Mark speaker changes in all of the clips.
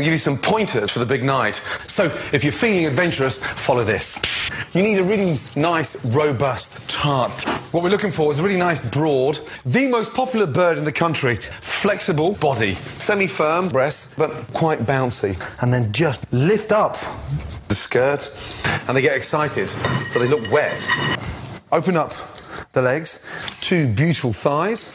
Speaker 1: you some pointers for the big night. So if you're feeling adventurous, follow this. You need a really nice, robust tart. What we're looking for is a really nice, broad, the most popular bird in the country, flexible body, semi firm breasts, but quite bouncy. And then just lift up the skirt, and they get excited, so they look wet. Open up the legs, two beautiful thighs.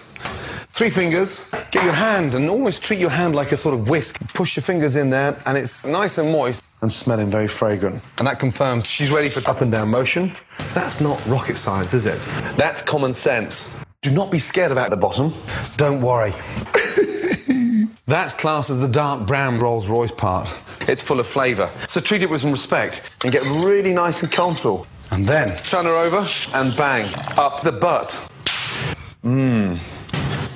Speaker 1: Three fingers. Get your hand and almost treat your hand like a sort of whisk. Push your fingers in there, and it's nice and moist and smelling very fragrant. And that confirms she's ready for up and down motion. That's not rocket science, is it? That's common sense. Do not be scared about the bottom. Don't worry. That's classed as the dark brown Rolls Royce part. It's full of flavour. So treat it with some respect and get really nice and comfortable. And then turn her over and bang, up the butt. Mmm.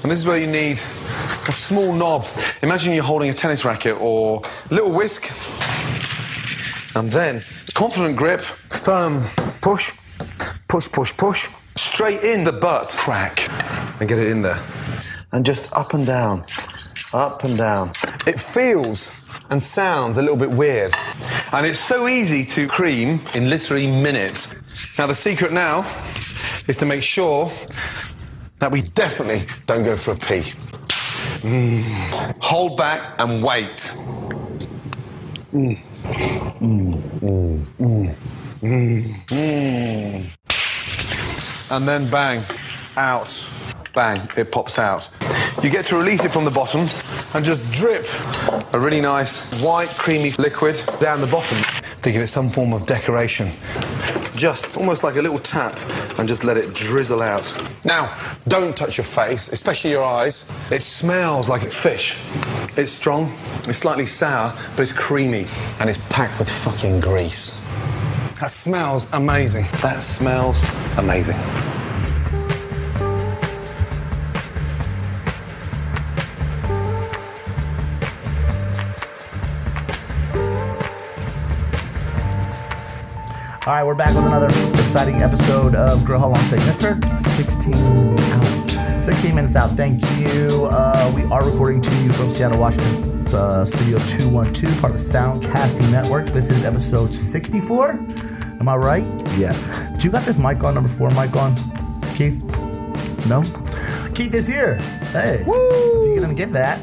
Speaker 1: And this is where you need a small knob. Imagine you're holding a tennis racket or a little whisk. And then confident grip, firm push, push, push, push. Straight in the butt. Crack. And get it in there. And just up and down, up and down. It feels and sounds a little bit weird. And it's so easy to cream in literally minutes. Now, the secret now is to make sure that we definitely don't go for a pee. Mm. Hold back and wait. Mm. Mm. Mm. Mm. Mm. Mm. And then bang, out. Bang, it pops out. You get to release it from the bottom and just drip a really nice white, creamy liquid down the bottom to give it some form of decoration just almost like a little tap and just let it drizzle out. Now, don't touch your face, especially your eyes. It smells like fish. It's strong, it's slightly sour, but it's creamy and it's packed with fucking grease. That smells amazing. That smells amazing.
Speaker 2: All right, we're back with another exciting episode of Grill How Long Steak Mister. 16 out. 16 minutes out. Thank you. Uh, we are recording to you from Seattle, Washington, uh, Studio 212, part of the Soundcasting Network. This is episode 64. Am I right?
Speaker 3: Yes.
Speaker 2: Do you got this mic on, number four mic on? Keith? No? Keith is here. Hey. Woo! If you're going to get that,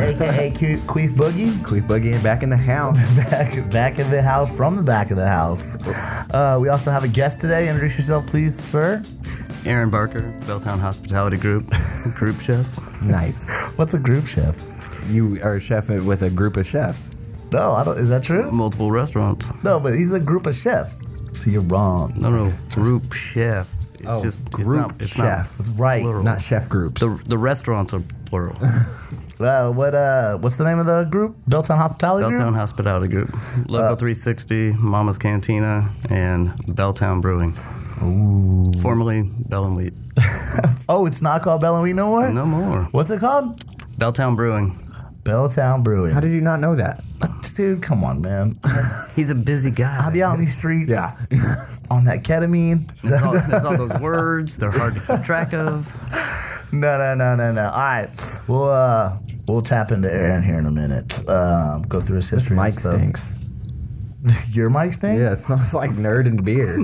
Speaker 2: aka Ke- Queef Boogie.
Speaker 3: Queef Buggy and back in the house.
Speaker 2: back back of the house from the back of the house. Uh, we also have a guest today. Introduce yourself, please, sir.
Speaker 4: Aaron Barker, Belltown Hospitality Group, group chef.
Speaker 3: nice.
Speaker 2: What's a group chef?
Speaker 3: You are a chef with a group of chefs.
Speaker 2: No, I don't. Is that true?
Speaker 4: Multiple restaurants.
Speaker 2: No, but he's a group of chefs. So you're wrong.
Speaker 4: No, no, group chef. It's
Speaker 3: Oh,
Speaker 4: just
Speaker 3: group
Speaker 4: it's not, it's
Speaker 3: chef.
Speaker 4: Not
Speaker 2: That's right.
Speaker 4: plural.
Speaker 3: Not chef groups.
Speaker 4: the the restaurants are plural.
Speaker 3: Mhm.
Speaker 2: Uh, what uh, what's the name of the group? Belltown Hospitality
Speaker 4: Belltown
Speaker 2: Group.
Speaker 4: Hospitality Group,
Speaker 3: Uh,
Speaker 4: Local 360, Mama's Cantina, and Belltown Brewing. Formerly Bell and Wheat.
Speaker 2: Oh, it's not called Bell and Wheat no more.
Speaker 4: No more.
Speaker 2: What's it called?
Speaker 4: Belltown Brewing.
Speaker 2: Belltown Brewing.
Speaker 3: How did you not know that?
Speaker 2: Dude, come on, man.
Speaker 4: He's a busy guy.
Speaker 2: I'll be out in these streets.
Speaker 3: Yeah.
Speaker 2: on that ketamine.
Speaker 4: There's all, there's all those words. They're hard to keep track of.
Speaker 2: No, no, no, no, no. All right, we'll uh, we'll tap into Aaron here in a minute. Um, go through his history. and
Speaker 3: Mike
Speaker 2: stuff.
Speaker 3: stinks.
Speaker 2: Your mic stinks.
Speaker 3: Yeah, it smells like nerd and beer.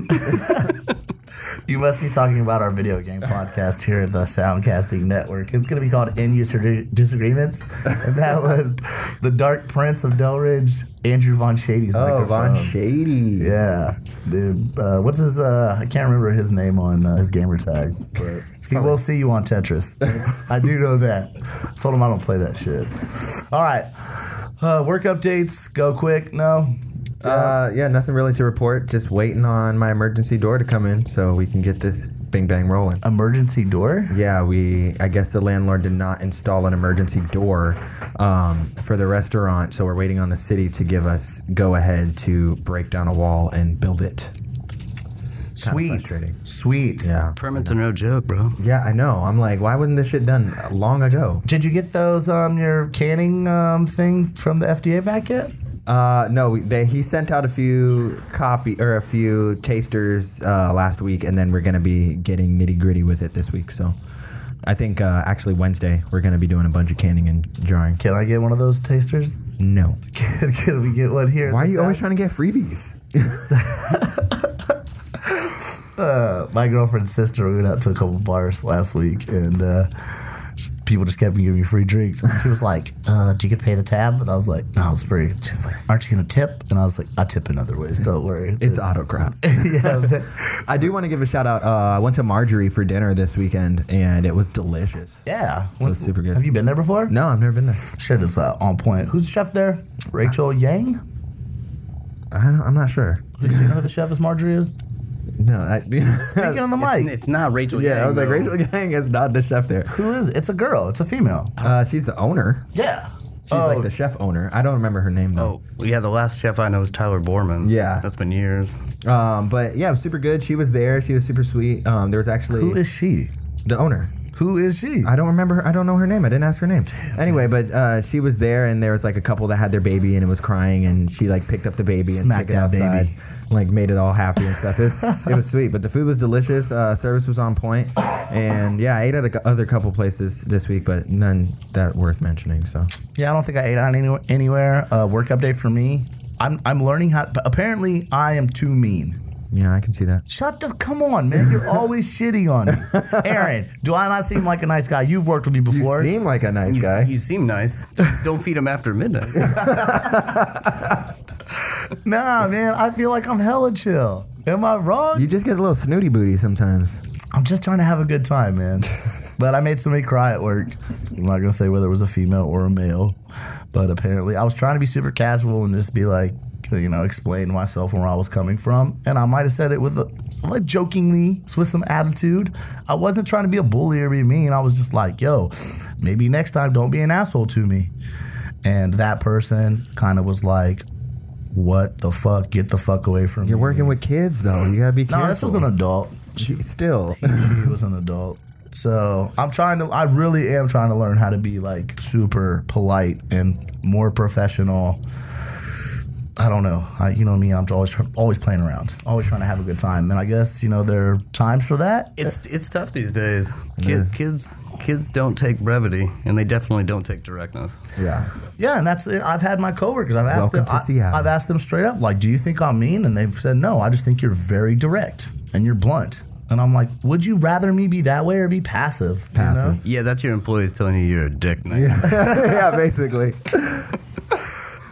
Speaker 2: You must be talking about our video game podcast here at the Soundcasting Network. It's going to be called In User Di- Disagreements, and that was the Dark Prince of Delridge, Andrew Von Shady's
Speaker 3: oh,
Speaker 2: microphone.
Speaker 3: Von Shady.
Speaker 2: Yeah, dude. Uh, what's his? Uh, I can't remember his name on uh, his gamer tag, but he will see you on Tetris. I do know that. I told him I don't play that shit. All right, uh, work updates. Go quick. No,
Speaker 3: Uh, yeah, nothing really to report. Just waiting on my emergency door to come in so we can get this bing bang rolling.
Speaker 2: emergency door.
Speaker 3: Yeah, we. I guess the landlord did not install an emergency door um, for the restaurant, so we're waiting on the city to give us go ahead to break down a wall and build it.
Speaker 2: Sweet,
Speaker 3: frustrating.
Speaker 2: sweet.
Speaker 3: Yeah.
Speaker 4: Permits are no joke, bro.
Speaker 3: Yeah, I know. I'm like, why wasn't this shit done long ago?
Speaker 2: Did you get those um your canning um thing from the FDA back yet?
Speaker 3: Uh, no, we- they, he sent out a few copy or a few tasters uh, last week, and then we're gonna be getting nitty gritty with it this week. So I think uh, actually Wednesday we're going to be doing a bunch of canning and jarring.
Speaker 2: Can I get one of those tasters?
Speaker 3: No.
Speaker 2: Can, can we get one here?
Speaker 3: Why are you always trying to get freebies?
Speaker 2: My girlfriend's sister, we went out to a couple bars last week, and uh, people just kept giving me free drinks. And she was like, uh, "Do you get to pay the tab?" And I was like, "No, it's free." She's like, "Aren't you gonna tip?" And I was like, "I tip in other ways. Don't worry."
Speaker 3: It's autocrat.
Speaker 2: yeah, that-
Speaker 3: I do want to give a shout out. Uh, I went to Marjorie for dinner this weekend and it was delicious.
Speaker 2: yeah.
Speaker 3: was super good.
Speaker 2: Have you been there before?
Speaker 3: No, I've never been there.
Speaker 2: Shit is uh, on point. Who's the chef there? Rachel Yang.
Speaker 3: I don't, I'm not sure.
Speaker 2: Do you know who the chef is? Marjorie is.
Speaker 3: No, I,
Speaker 2: Speaking on the
Speaker 4: It's,
Speaker 2: mic.
Speaker 4: it's not Rachel.
Speaker 3: yeah, I
Speaker 4: Yang,
Speaker 3: was like
Speaker 4: though.
Speaker 3: Rachel Gang is not the chef there.
Speaker 2: Who is it? It's a girl. It's a female.
Speaker 3: Uh, she's the owner.
Speaker 2: Yeah. Oh,
Speaker 3: She's like the chef owner. I don't remember her name though.
Speaker 4: Oh, yeah, the last chef I know is Tyler Borman.
Speaker 3: Yeah.
Speaker 4: That's been years.
Speaker 2: Oh.
Speaker 3: Um, but yeah, it was super good. She was there. She was super sweet. Um, there was actually
Speaker 2: Who is she?
Speaker 3: the owner.
Speaker 2: Who is she?
Speaker 3: I don't remember. Her, I don't know her name. I didn't ask her name. Anyway, but uh, she was there, and there was like a couple that had their baby, and it was crying, and she like picked up the baby
Speaker 2: Smacked
Speaker 3: and took it
Speaker 2: that
Speaker 3: outside,
Speaker 2: baby.
Speaker 3: like made it all happy and stuff. It was, it was sweet, but the food was delicious. Uh, service was on point, and yeah, I ate at a, cou- other couple places this week, but none that worth mentioning. So
Speaker 2: Yeah, I don't think I ate on any, anywhere. Uh, work update for me. I'm I'm learning how. But apparently, I am too mean.
Speaker 3: yeah, I can see that.
Speaker 2: Shut the. Come on, man. You're always shitting on me. Aaron, do I not seem like a nice guy? You've worked with me
Speaker 3: You
Speaker 2: before.
Speaker 3: seem like a nice
Speaker 4: You,
Speaker 3: guy.
Speaker 4: you seem nice. Don't feed him after midnight.
Speaker 2: nah, man. I feel like I'm hella chill. Am I wrong?
Speaker 3: you just get a little snooty booty sometimes.
Speaker 2: I'm just trying to have a good time, man. but I made somebody cry at work. I'm not gonna say whether it was a female or a male, but apparently I was trying to be super casual and just be like, you know, explain myself and where I was coming from. And I might have said it with a like jokingly, with some attitude. I wasn't trying to be a bully or be mean. I was just like, yo, maybe next time don't be an asshole to me. And that person kind of was like, what the fuck? Get the fuck away from
Speaker 3: You're
Speaker 2: me.
Speaker 3: working with kids though. You gotta be careful.
Speaker 2: No, this was an adult. She-
Speaker 3: still.
Speaker 2: she was an adult. So I'm trying to, I really am trying to learn how to be like super polite and more professional. I don't know. I, you know me. I'm always tr- always playing around, always trying to have a good time. And I guess you know there are times for that.
Speaker 4: It's it's tough these days. Kid, Kids kids don't take brevity, and they definitely don't take directness.
Speaker 3: yeah.
Speaker 2: Yeah, and that's it. I've had my coworkers. I've asked
Speaker 3: Welcome
Speaker 2: them.
Speaker 3: to Seattle.
Speaker 2: I, have asked them straight up, like, "Do you think I'm mean?" And they've said, "No. I just think you're very direct and you're blunt." And I'm like, "Would you rather me be that way or be passive?" you know?
Speaker 3: Passive.
Speaker 4: Yeah, that's your employees telling you you're a dick. Yeah.
Speaker 3: yeah, basically.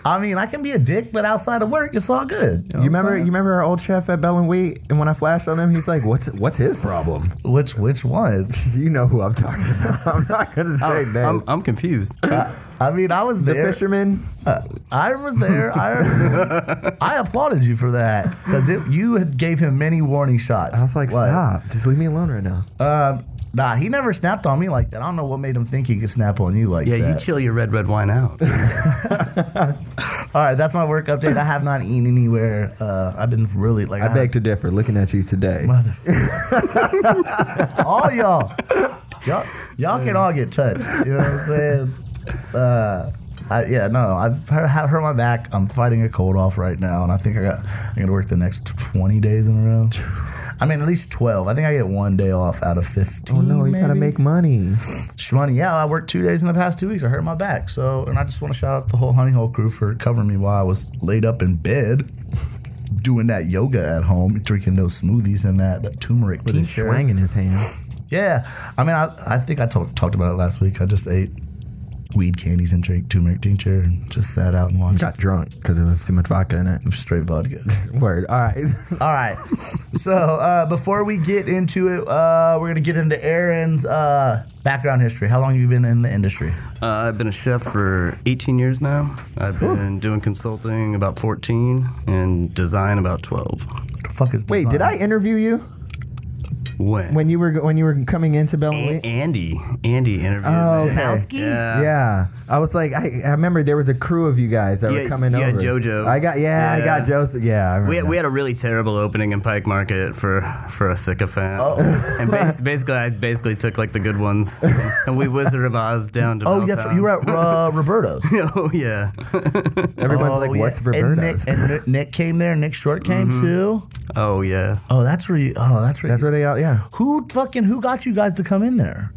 Speaker 2: I mean, I can be a dick, but outside of work, it's all good. know
Speaker 3: You
Speaker 2: what I'm
Speaker 3: remember? You
Speaker 2: saying?
Speaker 3: remember our old chef at Bell and Wheat? And when I flashed on him, he's like, "What's what's his problem?"
Speaker 2: which which one?
Speaker 3: You know who I'm talking about. I'm not gonna say names.
Speaker 4: Uh, I'm, I'm confused.
Speaker 2: I mean, I was
Speaker 3: the
Speaker 2: there.
Speaker 3: fisherman.
Speaker 2: I was there. I, I applauded you for that because you had gave him many warning shots.
Speaker 3: I was like, "Stop! Just leave me alone right now."
Speaker 2: Nah, he never snapped on me like that. I don't know what made him think he could snap on you like
Speaker 4: Yeah,
Speaker 2: that.
Speaker 4: you chill your red red wine out. Uh,
Speaker 2: all right, that's my work update. I have not eaten anywhere. Uh, I've been really like
Speaker 3: I beg to differ. Looking at you today,
Speaker 2: Motherfucker. all y'all. Y'all, y'all can all get touched. You know what I'm saying? Uh, I, yeah, no, I've hurt, have hurt my back. I'm fighting a cold off right now, and I think I got I'm gonna work the next 20 days in a row. I mean, at least 12. I think I get one day off out of 15.
Speaker 3: oh no, you gotta
Speaker 2: maybe.
Speaker 3: make money.
Speaker 2: Shmoney, yeah, I worked two days in the past two weeks. I hurt my back. So, and I just want to shout out the whole Honey Hole crew for covering me while I was laid up in bed doing that yoga at home, drinking those smoothies and that, that turmeric
Speaker 3: With his
Speaker 2: tincture.
Speaker 3: swang in his hand.
Speaker 2: Yeah. I mean, I, I think I talked talked about it last week. I just ate weed candies and drank turmeric tincture and just sat out and watched
Speaker 3: Got drunk because there was too much vodka in it.
Speaker 2: straight vodka.
Speaker 3: Word. All right.
Speaker 2: All right. So uh, before we get into it, uh, we're going to get into Aaron's uh, background history. How long have you been in the industry?
Speaker 4: Uh, I've been a chef for 18 years now. I've been doing consulting about 14 and design about
Speaker 2: What
Speaker 4: 12.
Speaker 2: the fuck is
Speaker 3: Wait,
Speaker 2: design?
Speaker 3: did I interview you
Speaker 4: When?
Speaker 3: when you were when you were coming into Bell and
Speaker 4: A-
Speaker 3: Wheat?
Speaker 4: Andy, Andy interviewed.
Speaker 3: Oh, okay.
Speaker 2: Janowski?
Speaker 4: Yeah.
Speaker 3: Yeah, I was like, I, I remember there was a crew of you guys that were
Speaker 4: Yeah,
Speaker 3: coming
Speaker 4: you had
Speaker 3: over.
Speaker 4: JoJo.
Speaker 3: I got yeah, I
Speaker 4: Yeah.
Speaker 3: got Joseph. Yeah, I remember.
Speaker 4: We had,
Speaker 3: that.
Speaker 4: we had a really terrible opening in Pike Market for for a sycophant,
Speaker 2: Oh.
Speaker 4: and bas- basically I basically took like the good ones, and we Wizard of Oz down to.
Speaker 2: Oh, yes, you were at uh, Roberto's.
Speaker 4: oh yeah,
Speaker 3: Everyone's like,
Speaker 2: Oh, yeah.
Speaker 3: "What's
Speaker 2: And
Speaker 3: Roberta's?"
Speaker 2: Nick, and Nick- Nick came there. Nick Short came too.
Speaker 4: oh yeah.
Speaker 2: Oh, Mm-hmm. that's where. You, oh, that's where.
Speaker 3: That's
Speaker 2: you-
Speaker 3: where they all yeah.
Speaker 2: who fucking who got you guys to come in there?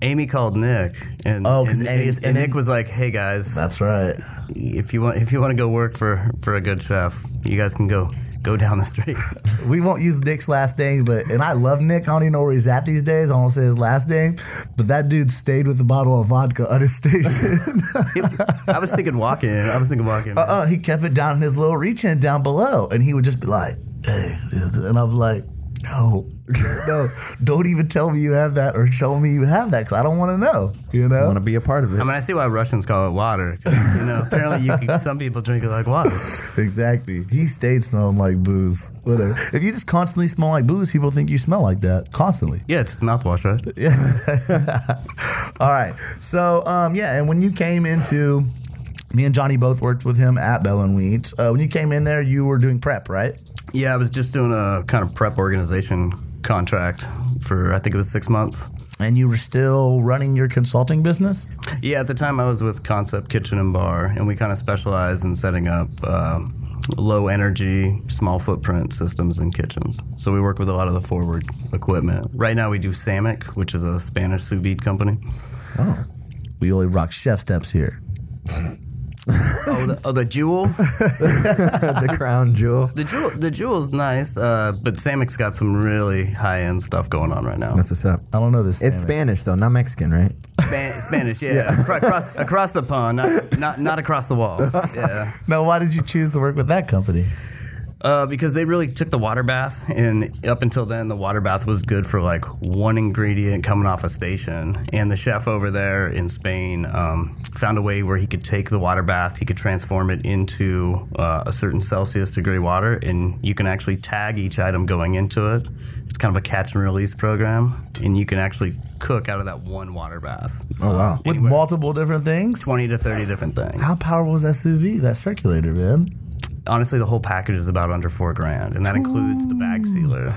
Speaker 4: Amy called Nick, and
Speaker 2: Oh, 'cause
Speaker 4: and-
Speaker 2: Amy
Speaker 4: and-
Speaker 2: is-
Speaker 4: and
Speaker 2: and
Speaker 4: Nick
Speaker 2: then-
Speaker 4: was like, "Hey guys,
Speaker 2: That's right.
Speaker 4: if you want if you want to go work for for a good chef, you guys can go go down the street."
Speaker 2: We won't use Nick's last name, but and I love Nick. I don't even know where he's at these days. I won't say his last name, but that dude stayed with a bottle of vodka at his station.
Speaker 4: I was thinking walking. I was thinking walking.
Speaker 2: uh, uh, he kept it down in his little reach in down below, and he would just be like, "Hey," and I'm like, "No, no, don't even tell me you have that or show me you have that, because I don't want to know." You
Speaker 3: I want
Speaker 2: know?
Speaker 3: to be a part of this.
Speaker 4: I mean, I see why Russians call it water. 'cause, You know, apparently, you can, some people drink it like water.
Speaker 2: Exactly. He stayed smelling like booze. Whatever. If you just constantly smell like booze, people think you smell like that constantly.
Speaker 4: Yeah, it's mouthwash, right?
Speaker 2: All right. So um, yeah, and when you came into. Me and Johnny both worked with him at Bell and Weeds. Uh, when you came in there, you were doing prep, right?
Speaker 4: Yeah, I was just doing a kind of prep organization contract for I think it was six months.
Speaker 2: And you were still running your consulting business.
Speaker 4: Yeah, at the time I was with Concept Kitchen and Bar, and we kind of specialize in setting up um low energy, small footprint systems in kitchens. So we work with a lot of the forward equipment. Right now we do Samick, which is a Spanish sous vide company.
Speaker 2: We only rock chef steps here.
Speaker 4: Oh, the, oh, the Jewel?
Speaker 3: the crown jewel.
Speaker 4: The Jewel the Jewel's nice, uh, but Samick's got some really high end stuff going on right now.
Speaker 3: That's what's up.
Speaker 2: I don't know this.
Speaker 3: Oh, It's
Speaker 2: Sammy.
Speaker 3: Spanish though, not Mexican, right?
Speaker 4: Span- Spanish, yeah. Acro- Across, across the pond, not, not, not across the wall. Yeah.
Speaker 2: Now, why did you choose to work with that company?
Speaker 4: Uh, because they really took the water bath, and up until then, the water bath was good for like one ingredient coming off a station. And the chef over there in Spain um, found a way where he could take the water bath, he could transform it into uh, a certain Celsius degree water, and you can actually tag each item going into it. It's kind of a catch and release program, and you can actually cook out of that one water bath.
Speaker 3: Oh wow.
Speaker 2: With multiple different things.
Speaker 4: 20 to 30 different things.
Speaker 2: How powerful was that sous vide, that circulator, man?
Speaker 4: Honestly, the whole package is about under four grand, and that includes the bag sealer.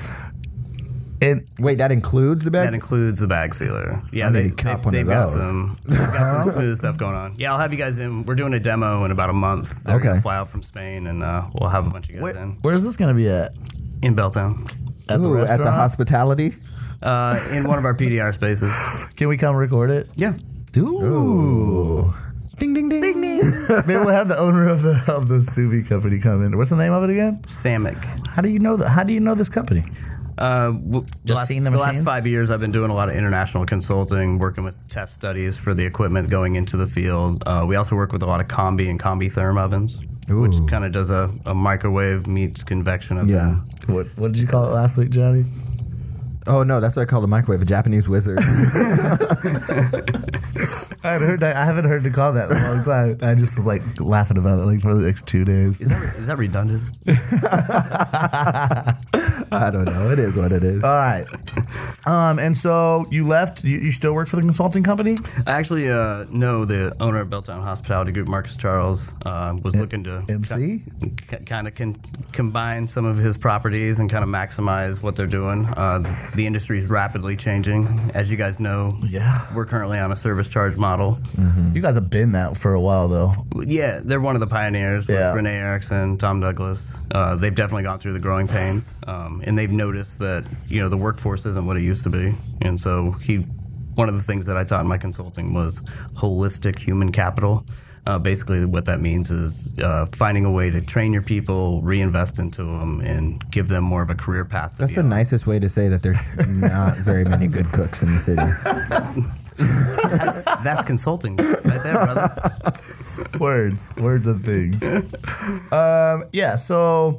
Speaker 2: And
Speaker 3: Wait, that includes the
Speaker 4: That
Speaker 3: bag.
Speaker 4: includes the bag sealer. Yeah,
Speaker 3: I need
Speaker 4: they,
Speaker 3: to cop
Speaker 4: they,
Speaker 3: one
Speaker 4: they've
Speaker 3: of
Speaker 4: got
Speaker 3: those.
Speaker 4: some they've got some smooth stuff going on. Yeah, I'll have you guys in. We're doing a demo in about a month. They're
Speaker 3: Okay.
Speaker 4: gonna fly out from Spain, and uh, we'll have a bunch of guys in
Speaker 2: where's this going to be at?
Speaker 4: in Belltown,
Speaker 2: At the
Speaker 3: Ooh, at
Speaker 2: restaurant?
Speaker 3: the hospitality.
Speaker 4: uh, in one of our PDR spaces.
Speaker 2: Can we come record it?
Speaker 4: Yeah,
Speaker 2: Ooh.
Speaker 3: Ding ding ding ding ding.
Speaker 2: Maybe we'll have the owner of the of the sous vide company come in. What's the name of it again?
Speaker 4: Samick.
Speaker 2: How do you know that? How do you know this company?
Speaker 4: Uh, w- the
Speaker 2: Just
Speaker 4: last,
Speaker 2: seeing the
Speaker 4: the last
Speaker 2: machines?
Speaker 4: five years, I've been doing a lot of international consulting, working with test studies for the equipment going into the field. Uh, we also work with a lot of combi and combi therm ovens, which kind of does a, a microwave meets convection oven.
Speaker 3: Yeah.
Speaker 2: What What did you call it last week, Johnny?
Speaker 3: Oh no, that's what I called a microwave. A Japanese wizard.
Speaker 2: I had heard. That, I haven't heard to call that in a long time. I just was like laughing about it like for the next two days.
Speaker 4: Is that, is that redundant?
Speaker 3: I don't know. It is what it is.
Speaker 2: All right. Um, and so you left. You, you still work for the consulting company?
Speaker 4: I actually uh, know the owner of Belltown Hospitality Group, Marcus Charles, uh, was looking to
Speaker 2: MC?
Speaker 4: kind of can combine some of his properties and kind of maximize what they're doing. Uh, the industry is rapidly changing, as you guys know.
Speaker 2: Yeah.
Speaker 4: we're currently on a service charge model.
Speaker 2: You guys have been that for a while though.
Speaker 4: Yeah, they're one of the pioneers.
Speaker 2: Yeah.
Speaker 4: With Renee Erickson, Tom Douglas. Uh, they've definitely gone through the growing pains, um, and they've noticed that you know the workforce isn't what it used to be, and so he. One of the things that I taught in my consulting was holistic human capital. Uh, basically, what that means is uh, finding a way to train your people, reinvest into them, and give them more of a career path. To
Speaker 3: That's
Speaker 4: be
Speaker 3: the nicest way to say that there's not very many good cooks in the city.
Speaker 4: on. that's, that's consulting right there, brother.
Speaker 2: Words, words and things. um, yeah. So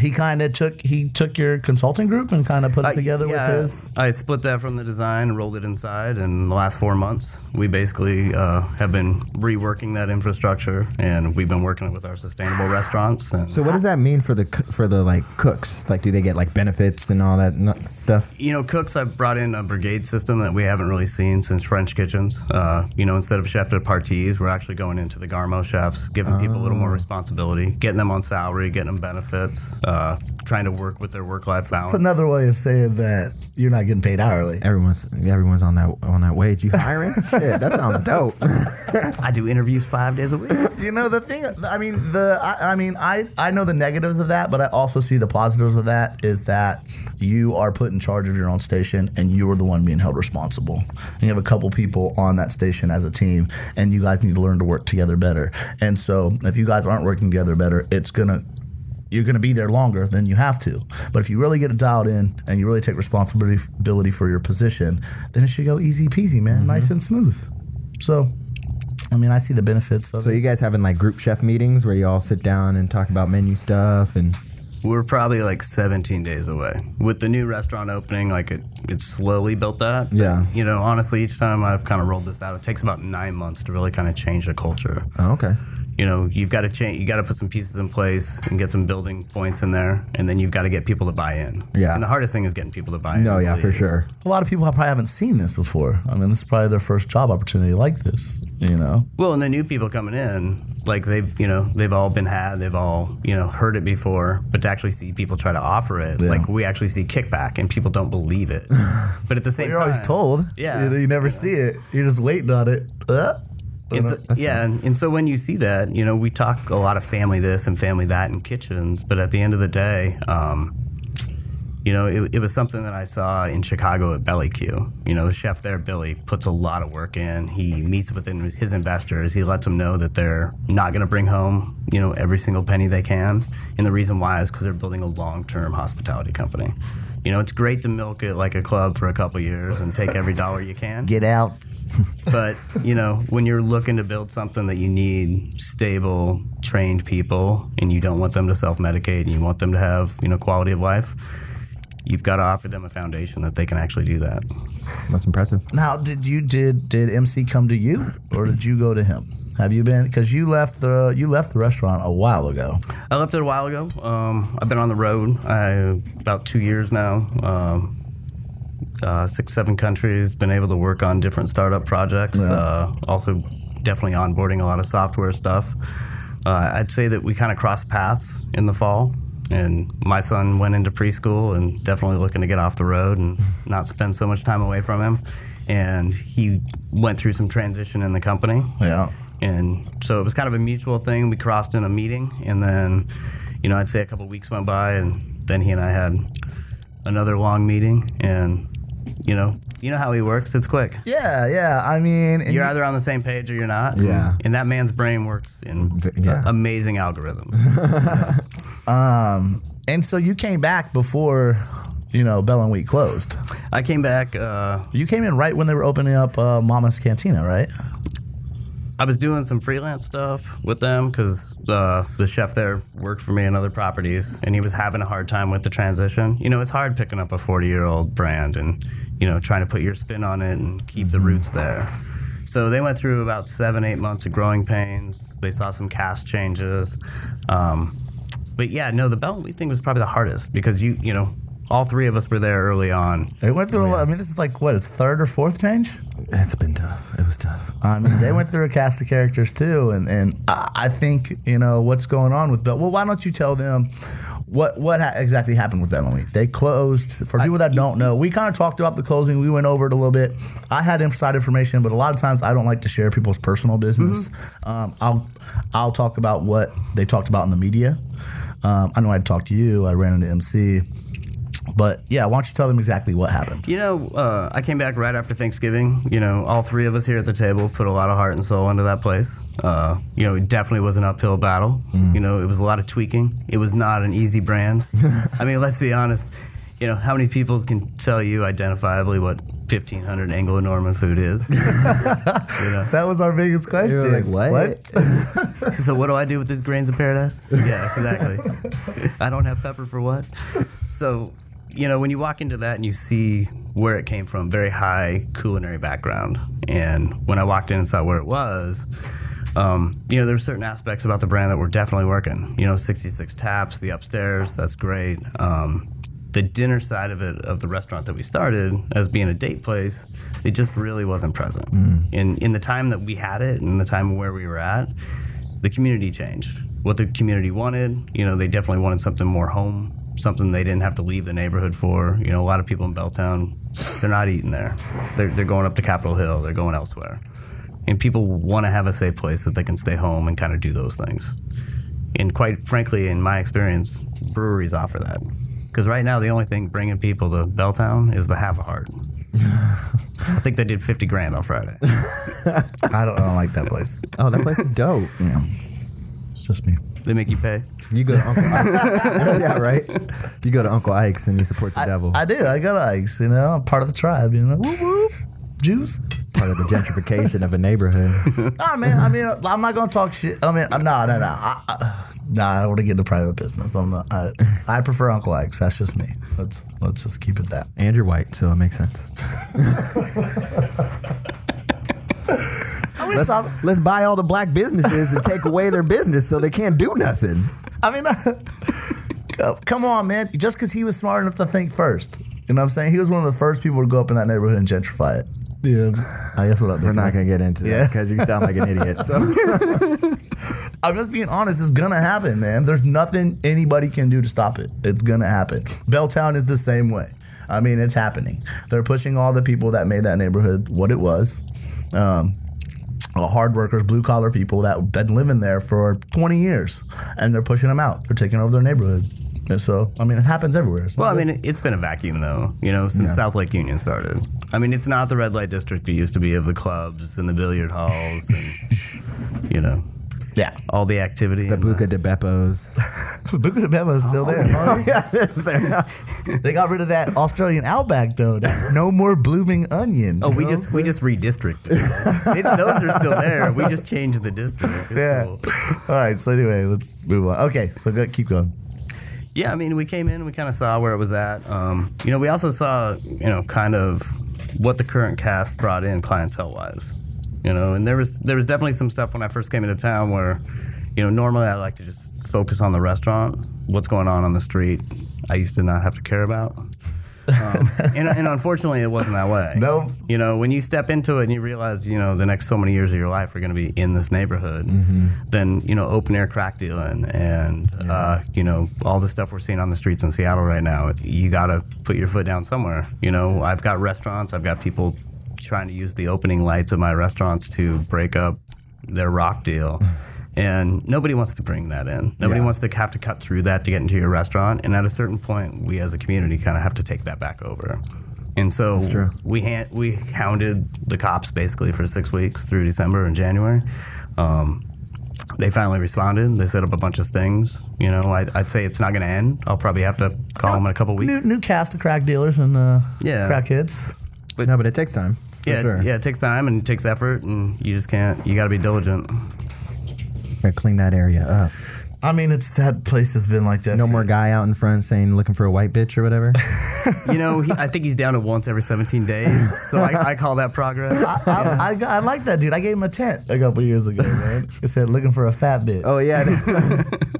Speaker 2: he kind of took he took your consulting group and kind of put it together
Speaker 4: Uh, yeah,
Speaker 2: with his.
Speaker 4: I split that from the design and rolled it inside. And the last four months, we basically uh, have been reworking that infrastructure, and we've been working with our sustainable restaurants. And
Speaker 3: So what does that mean for the c- for the like cooks? Like, do they get like benefits and all that nut stuff?
Speaker 4: you know, cooks, I've brought in a brigade system that we haven't really seen since French kitchens. Uh, you know, instead of chef de parties, we're actually going into the Garmo chefs, giving people a little
Speaker 2: Oh.
Speaker 4: more responsibility, getting them on salary, getting them benefits, uh, trying to work with their work-life balance.
Speaker 2: It's another way of saying that you're not getting paid hourly.
Speaker 3: Everyone's everyone's on that on that wage. You hiring? Shit, that sounds dope.
Speaker 4: I do interviews five days a week.
Speaker 2: you know the thing. I mean the. I, I mean I. I know the negatives of that, but I also see the positives of that. Is that you are put in charge of your own station, and you are the one being held responsible. And you have a couple people on that station as a team, and you guys need to learn to work together better. And so, if you guys aren't working together better, it's gonna you're going to be there longer than you have to. But if you really get it dialed in and you really take responsibility ability for your position, then it should go easy peasy, man,
Speaker 4: Mm-hmm.
Speaker 2: nice and smooth. So, I mean, I see the benefits of
Speaker 3: So
Speaker 2: it.
Speaker 3: you guys having like group chef meetings where you all sit down and talk about menu stuff and
Speaker 4: We're probably like 17 days away. With the new restaurant opening, like it, it slowly built that. But,
Speaker 3: Yeah.
Speaker 4: you know, honestly, each time I've kind of rolled this out, it takes about nine months to really kind of change the culture.
Speaker 3: oh, okay.
Speaker 4: You know, you've got to change, you got to put some pieces in place and get some building points in there. And then you've got to get people to buy in.
Speaker 3: Yeah.
Speaker 4: And the hardest thing is getting people to buy in.
Speaker 3: No, yeah, for
Speaker 4: really.
Speaker 3: sure.
Speaker 2: A lot of people probably haven't seen this before. I mean, this is probably their first job opportunity like this, you know?
Speaker 4: Well, and the new people coming in, like they've, you know, they've all been had, they've all, you know, heard it before, but to actually see people try to offer it, like we actually see kickback and people don't believe it. but at the same
Speaker 2: You're
Speaker 4: time,
Speaker 2: always told.
Speaker 4: Yeah.
Speaker 2: You, know, you never see it. You're just waiting on it. Uh,
Speaker 4: It's, yeah, and, and so when you see that, you know, we talk a lot of family this and family that in kitchens, but at the end of the day, um, you know, it, it was something that I saw in Chicago at Belly Q. You know, the chef there, Billy, puts a lot of work in. He meets with in- his investors. He lets them know that they're not going to bring home, you know, every single penny they can. And the reason why is because they're building a long term hospitality company. You know, it's great to milk it like a club for a couple years and take every dollar you can
Speaker 2: get out.
Speaker 4: but you know when you're looking to build something that you need stable trained people and you don't want them to self-medicate and you want them to have you know quality of life you've got to offer them a foundation that they can actually do that
Speaker 3: That's impressive.
Speaker 2: Now, did you did did MC come to you, or did you go to him? Have you been? Because you left the you left the restaurant a while ago.
Speaker 4: i left it a while ago um, i've been on the road I, about two years now um, uh, six seven countries been able to work on different startup projects uh, also definitely onboarding a lot of software stuff uh, i'd say that we kind of crossed paths in the fall and my son went into preschool and definitely looking to get off the road and not spend so much time away from him and he went through some transition in the company
Speaker 2: Yeah.
Speaker 4: and so it was kind of a mutual thing. We crossed in a meeting, and then, you know, I'd say a couple weeks went by, and then he and I had another long meeting, and you know, you know how he works. It's quick.
Speaker 2: Yeah, yeah. I mean, and
Speaker 4: You're either on the same page or you're not.
Speaker 3: Yeah.
Speaker 4: And that man's brain works in
Speaker 3: yeah.
Speaker 4: amazing algorithm.
Speaker 2: Um, and so you came back before, you know, Bell and Wheat closed.
Speaker 4: I came back. Uh,
Speaker 2: You came in right when they were opening up uh, Mama's Cantina, right?
Speaker 4: I was doing some freelance stuff with them because uh, the chef there worked for me in other properties, and he was having a hard time with the transition. You know, it's hard picking up a forty-year-old brand and you know trying to put your spin on it and keep the roots there. So they went through about seven, eight months of growing pains. They saw some cast changes, um, but yeah, no, the Bell and Wheat thing was probably the hardest because you, you know, all three of us were there early on.
Speaker 2: They went through. a lot I mean, this is like what its third or fourth change.
Speaker 3: It's been tough. It was tough.
Speaker 2: I mean, they went through a cast of characters too, and and I I think you know what's going on with Bell. Well, why don't you tell them what what ha- exactly happened with Bell and Wheat? They closed. For people that don't know, we kind of talked about the closing. We went over it a little bit. I had inside information, but a lot of times I don't like to share people's personal business. Um, I'll I'll talk about what they talked about in the media. Um, I know I talked to you. I ran into MC. But yeah, why don't you tell them exactly what happened?
Speaker 4: You know, uh, I came back right after Thanksgiving. You know, all three of us here at the table put a lot of heart and soul into that place. Uh, you know, it definitely was an uphill battle. You know, it was a lot of tweaking. It was not an easy brand. I mean, let's be honest. You know, how many people can tell you identifiably what 1500 Anglo Norman food is?
Speaker 2: That was our biggest question.
Speaker 4: so, what do I do with these grains of paradise? Yeah, exactly. I don't have pepper for what? So, you know, when you walk into that and you see where it came from, very high culinary background. And when I walked in and saw where it was, um, you know, there were certain aspects about the brand that were definitely working. You know, 66 taps, the upstairs, that's great. Um, the dinner side of it of the restaurant that we started as being a date place it just really wasn't present in in the time that we had it and the time where we were at the community changed what the community wanted you know they definitely wanted something more home something they didn't have to leave the neighborhood for you know a lot of people in belltown they're not eating there they're, they're going up to capitol hill they're going elsewhere and people want to have a safe place that they can stay home and kind of do those things. And quite frankly, in my experience, breweries offer that. Because right now, the only thing bringing people to Belltown is the half a heart. I think they did 50 grand on Friday.
Speaker 2: I don't, I don't like that place.
Speaker 3: Oh, that place is dope.
Speaker 2: Yeah. It's just me.
Speaker 4: They make you pay.
Speaker 3: You go to Uncle Ike's. yeah, right? You go to Uncle Ike's and you support the devil.
Speaker 2: I do. I got Ike's, you know. I'm part of the tribe, you know. Whoop, whoop. Juice.
Speaker 3: Part of the gentrification of a neighborhood.
Speaker 2: Ah, man. I mean, I'm not going to talk shit. I mean, I'm, no, no, no. I, I, nah, I don't want to get into private business. I'm not, I, I prefer Uncle Ike's. That's just me. Let's let's just keep it that.
Speaker 3: And you're white, so it makes sense.
Speaker 2: I mean, stop.
Speaker 3: Let's buy all the black businesses and take away their business so they can't do nothing.
Speaker 2: I mean, uh, come on, man. Just because he was smart enough to think first. You know what I'm saying? He was one of the first people to go up in that neighborhood and gentrify it. You know what I'm saying? I guess what I'm
Speaker 3: We're not going to get into
Speaker 2: Yeah.
Speaker 3: that because you sound like an idiot. So.
Speaker 2: I'm just being honest. It's gonna happen, man. There's nothing anybody can do to stop it. It's gonna happen. Belltown is the same way. I mean, it's happening. They're pushing all the people that made that neighborhood what it was. Um, uh, hard workers, blue collar people that have been living there for 20 years, and they're pushing them out. They're taking over their neighborhood. And so, I mean, it happens everywhere. It's
Speaker 4: Well,
Speaker 2: not-
Speaker 4: I mean, it- it's been a vacuum though, you know, since South Lake Union started. I mean, it's not the red light district it used to be of the clubs and the billiard halls and, you know,
Speaker 2: yeah.
Speaker 4: all the activity.
Speaker 3: The
Speaker 4: and the-
Speaker 3: Buca de Beppo's.
Speaker 2: Buca de Beppo is
Speaker 4: Oh,
Speaker 2: still there. they got rid of that Australian outback, though. that no more blooming onion.
Speaker 4: Oh, we
Speaker 2: You know?
Speaker 4: just we just redistricted. it, those are still there. We just changed the district. It's
Speaker 2: Yeah.
Speaker 4: cool.
Speaker 2: All right. So anyway, let's move on. Okay. So go, keep going.
Speaker 4: Yeah, I mean, we came in, we kind of saw where it was at. Um, you know, we also saw, you know, kind of what the current cast brought in clientele wise. You know, and there was there was definitely some stuff when I first came into town where, you know, normally I like to just focus on the restaurant, what's going on on the street. I used to not have to care about. Um, and, and unfortunately, it wasn't that way.
Speaker 2: No.
Speaker 4: You know, when you step into it and you realize, you know, the next so many years of your life are going to be in this neighborhood, then, you know, open air crack dealing and, uh, you know, all the stuff we're seeing on the streets in Seattle right now, you got to put your foot down somewhere. You know, I've got restaurants, I've got people trying to use the opening lights of my restaurants to break up their rock deal. And nobody wants to bring that in. Nobody wants to have to cut through that to get into your restaurant. And at a certain point, we as a community kind of have to take that back over. And so we ha- we hounded the cops basically for six weeks through December and January. Um, they finally responded. They set up a bunch of things. You know, I, I'd say it's not going to end. I'll probably have to call them in a couple
Speaker 2: New,
Speaker 4: weeks.
Speaker 2: new cast of crack dealers and uh,
Speaker 4: Yeah.
Speaker 2: crackheads.
Speaker 3: No, but it takes time. For
Speaker 4: yeah,
Speaker 3: sure.
Speaker 4: yeah, it takes time and it takes effort, and you just can't. You got to be diligent.
Speaker 3: Gotta clean that area up.
Speaker 2: I mean, it's that place has been like that.
Speaker 3: No
Speaker 2: for-
Speaker 3: more guy out in front saying looking for a white bitch or whatever.
Speaker 4: You know, he, I think he's down to once every 17 days, so I, I call that progress.
Speaker 2: I, I, I, I like that dude. I gave him a tent a couple years ago, man. It said looking for a fat bitch.
Speaker 3: oh yeah.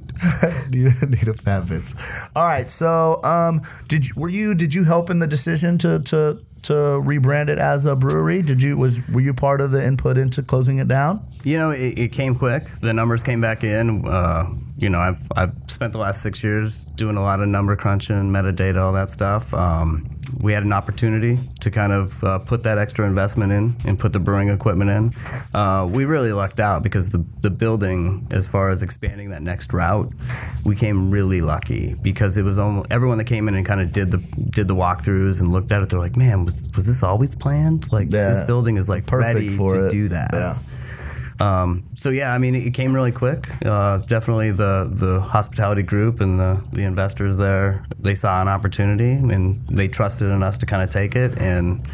Speaker 2: need, need a fat bitch. All right. So, um, did you, were you did you help in the decision to to to rebrand it as a brewery? Did you was were you part of the input into closing it down?
Speaker 4: You know, it, it came quick. The numbers came back in. Uh, you know, I've, I've spent the last six years doing a lot of number crunching, metadata, all that stuff. Um, we had an opportunity to kind of uh, put that extra investment in and put the brewing equipment in. Uh, we really lucked out because the, the building, as far as expanding that next route, we came really lucky because it was almost everyone that came in and kind of did the did the walkthroughs and looked at it. They're like, man, was, was this always planned? Like this
Speaker 2: Yeah.
Speaker 4: building is like
Speaker 2: Perfect
Speaker 4: ready
Speaker 2: for
Speaker 4: to
Speaker 2: it.
Speaker 4: do that.
Speaker 2: Yeah.
Speaker 4: Um, so yeah, I mean, it came really quick. Uh, definitely the the hospitality group and the, the investors there, they saw an opportunity and they trusted in us to kind of take it. And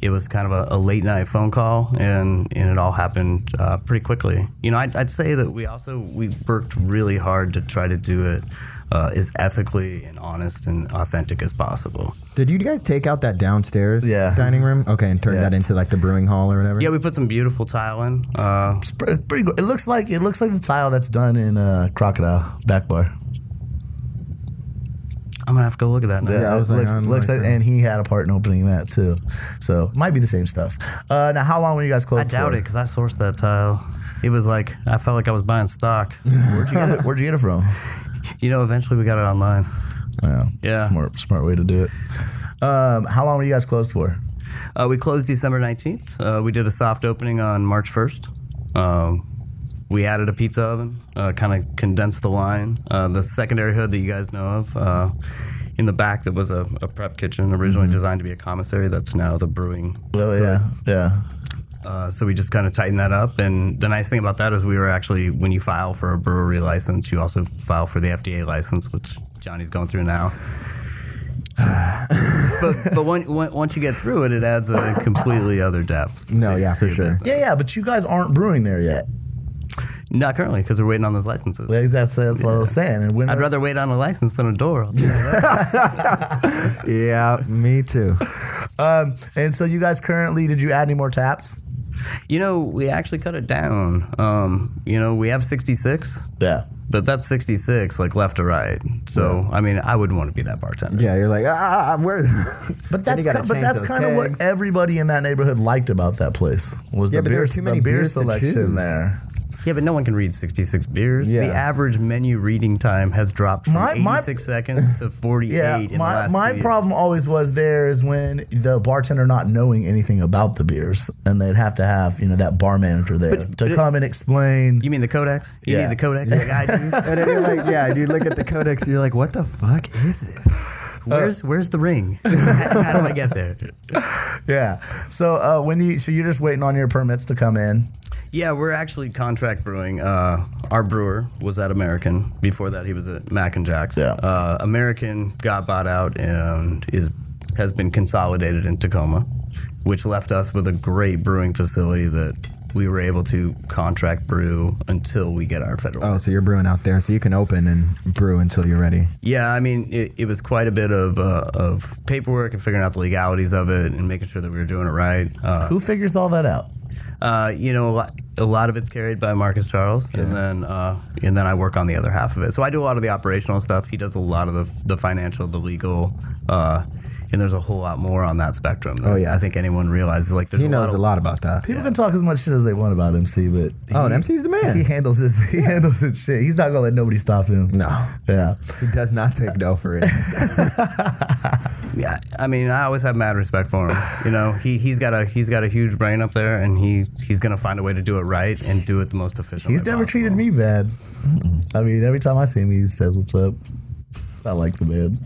Speaker 4: it was kind of a, a late night phone call, and, and it all happened uh, pretty quickly. You know, I'd, I'd say that we also we worked really hard to try to do it uh, as ethically and honest and authentic as possible.
Speaker 3: Did you guys take out that downstairs
Speaker 2: Yeah.
Speaker 3: dining room? Okay, and turn that into like the brewing hall or whatever.
Speaker 4: Yeah, we put some beautiful tile in. Uh,
Speaker 2: It's pretty, pretty good. It looks like it looks like the tile that's done in uh, crocodile back bar.
Speaker 4: I'm gonna have to go look at that. Now.
Speaker 2: Yeah,
Speaker 3: I was like,
Speaker 2: looks,
Speaker 3: I'm
Speaker 2: looks
Speaker 3: like
Speaker 2: like, and he had a part in opening that too, so might be the same stuff. Uh, now, how long were you guys
Speaker 4: I
Speaker 2: closed?
Speaker 4: doubt
Speaker 2: for?
Speaker 4: it because I sourced that tile. It was like I felt like I was buying stock.
Speaker 2: Where'd you get it, where'd you get it from?
Speaker 4: you know, eventually we got it online.
Speaker 2: Yeah,
Speaker 4: Yeah.
Speaker 2: smart smart way to do it. Um, how long were you guys closed for?
Speaker 4: Uh, we closed December 19th. Uh, we did a soft opening on March 1st. Um, we added a pizza oven, uh, kind of condensed the line. Uh, the secondary hood that you guys know of uh, in the back that was a, a prep kitchen originally designed to be a commissary that's now the brewing
Speaker 2: Oh yeah, yeah.
Speaker 4: uh, so we just kind of tightened that up. And the nice thing about that is we were actually, when you file for a brewery license, you also file for the FDA license, which Johnny's going through now. but but when, when, once you get through it, it adds a completely other depth.
Speaker 3: No, yeah, for sure.
Speaker 2: Yeah, yeah, but you guys aren't brewing there yet.
Speaker 4: Not currently, because we're waiting on those licenses.
Speaker 2: Like, That's, that's what I was saying. And when
Speaker 4: I'd rather wait on a license than a door. I'll tell you that.
Speaker 3: Yeah, me too.
Speaker 2: um, and so you guys currently did you add any more taps?
Speaker 4: you know, we actually cut it down. Um, you know, we have 66,
Speaker 2: Yeah.
Speaker 4: but that's 66, like left to right. So, I mean, I wouldn't want to be that bartender.
Speaker 3: Yeah, you're like ah, where?
Speaker 2: But that's ki- but that's kind of what everybody in that neighborhood liked about that place was
Speaker 3: Yeah,
Speaker 2: the
Speaker 3: but
Speaker 2: beer,
Speaker 3: there were too
Speaker 2: the
Speaker 3: many
Speaker 2: beer
Speaker 3: beers to
Speaker 2: selection
Speaker 3: choose.
Speaker 2: there.
Speaker 4: Yeah, but no one can read 66 beers.
Speaker 3: Yeah.
Speaker 4: The average menu reading time has dropped from
Speaker 2: My- my-
Speaker 4: 86 seconds to 48
Speaker 2: Yeah,
Speaker 4: in the
Speaker 2: my,
Speaker 4: last
Speaker 2: my
Speaker 4: two
Speaker 2: problem always was there is when the bartender not knowing anything about the beers, and they'd have to have you know that bar manager there to
Speaker 4: but it-
Speaker 2: come and explain.
Speaker 4: Years. You mean the codex? You
Speaker 2: Yeah.
Speaker 4: need the codex like I do?
Speaker 3: And then you're like, yeah, and you look at the codex, and you're like, what the fuck is this?
Speaker 4: Where's where's the ring? how, how do I get there?
Speaker 2: yeah. So uh, when you so you're just waiting on your permits to come in.
Speaker 4: Yeah, we're actually contract brewing. Uh, our brewer was at American. Before that, he was at Mac and Jack's.
Speaker 2: Yeah.
Speaker 4: Uh, American got bought out and is has been consolidated in Tacoma, which left us with a great brewing facility that we were able to contract brew until we get our federal.
Speaker 3: Oh, so you're brewing out there, so you can open and brew until you're ready.
Speaker 4: Yeah, I mean, it, it was quite a bit of uh, of paperwork and figuring out the legalities of it and making sure that we were doing it right. Uh,
Speaker 2: Who figures all that out?
Speaker 4: uh, you know, a lot, a lot of it's carried by Marcus Charles, and then uh, and then I work on the other half of it. So I do a lot of the operational stuff. He does a lot of the the financial, the legal. Uh, and there's a whole lot more on that spectrum. That
Speaker 3: Oh, yeah.
Speaker 4: I think anyone realizes like there's
Speaker 3: He
Speaker 4: a lot
Speaker 3: knows
Speaker 4: of
Speaker 3: a lot about that.
Speaker 2: People can talk as much shit as they want about MC, but he,
Speaker 3: Oh, and MC's the man.
Speaker 2: He handles his he handles his shit. He's not gonna let nobody stop him.
Speaker 3: No,
Speaker 2: Yeah.
Speaker 3: he does not take no for it.
Speaker 4: Yeah, I mean, I always have mad respect for him. You know, he he's got a he's got a huge brain up there, and he he's gonna find a way to do it right and do it the most efficient.
Speaker 2: He's
Speaker 4: way
Speaker 2: never
Speaker 4: possible.
Speaker 2: treated me bad. I mean, every time I see him, he says what's up. I like the man.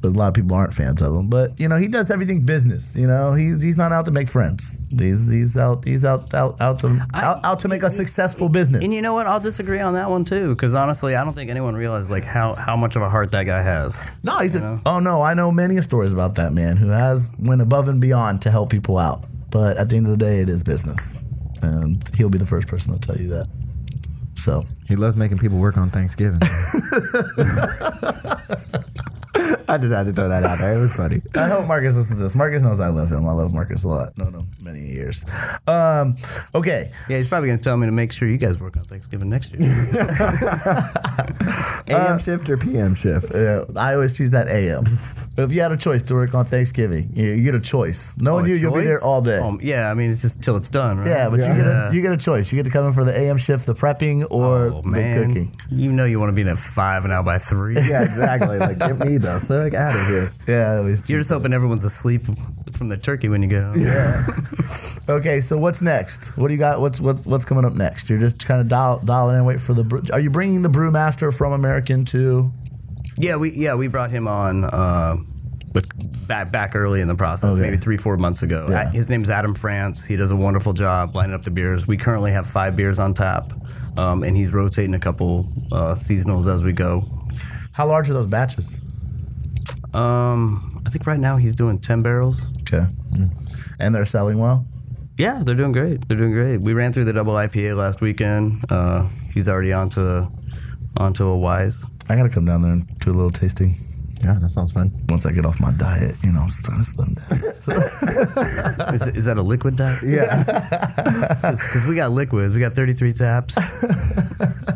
Speaker 2: There's a lot of people aren't fans of him, but you know he does everything business. You know he's he's not out to make friends. He's he's out he's out out out to out, out to make a successful business.
Speaker 4: And you know what? I'll disagree on that one too, because honestly, I don't think anyone realized like how how much of a heart that guy has.
Speaker 2: no, he's a, oh no, I know many stories about that man who has went above and beyond to help people out. But at the end of the day, it is business, and he'll be the first person to tell you that. So
Speaker 3: he loves making people work on Thanksgiving. I just had to throw that out there. It was funny.
Speaker 4: Uh,
Speaker 2: I hope Marcus listens to this. Marcus knows I love him. I love Marcus a lot. No, no, many years. Um, okay.
Speaker 4: Yeah, he's probably gonna tell me to make sure you guys work on Thanksgiving next year. um,
Speaker 3: AM shift or PM shift?
Speaker 2: Yeah, Uh, I always choose that AM. if you had a choice to work on Thanksgiving, you, you get a choice. Knowing Oh, you, you'll be there all day.
Speaker 4: Um, yeah, I mean, it's just till it's done, right?
Speaker 2: yeah, but You, get a, you get a choice. You get to come in for the AM shift, the prepping, or
Speaker 4: Oh,
Speaker 2: the
Speaker 4: man,
Speaker 2: cooking.
Speaker 4: you know you want to be in at five and out by three.
Speaker 3: Yeah, exactly. Like get me the fuck out of here.
Speaker 2: Yeah, I always
Speaker 4: You're
Speaker 2: choose.
Speaker 4: just hoping everyone's asleep from the turkey when you get home. Yeah.
Speaker 2: Okay, so what's next? What do you got? What's what's what's coming up next? You're just kind of dial, dialing in, wait for the. brew- Are you bringing the brewmaster from American to?
Speaker 4: Yeah, we yeah we brought him on, uh, but back back early in the process, maybe three four months ago.
Speaker 2: Yeah.
Speaker 4: Uh, His name's Adam France. He does a wonderful job lining up the beers. We currently have five beers on tap, um, and he's rotating a couple uh, seasonals as we go.
Speaker 2: How large are those batches?
Speaker 4: Um, I think right now he's doing ten barrels.
Speaker 2: Okay. Mm. And they're selling well?
Speaker 4: Yeah, they're doing great. They're doing great. We ran through the double IPA last weekend. Uh, he's already onto onto a wise.
Speaker 2: I gotta come down there and do a little tasting
Speaker 3: Yeah, that sounds fun.
Speaker 2: once I get off my diet. You know, I'm just trying to slim down.
Speaker 4: Is, is that a liquid tap?
Speaker 3: Yeah,
Speaker 4: Because we got liquids. We got thirty three taps.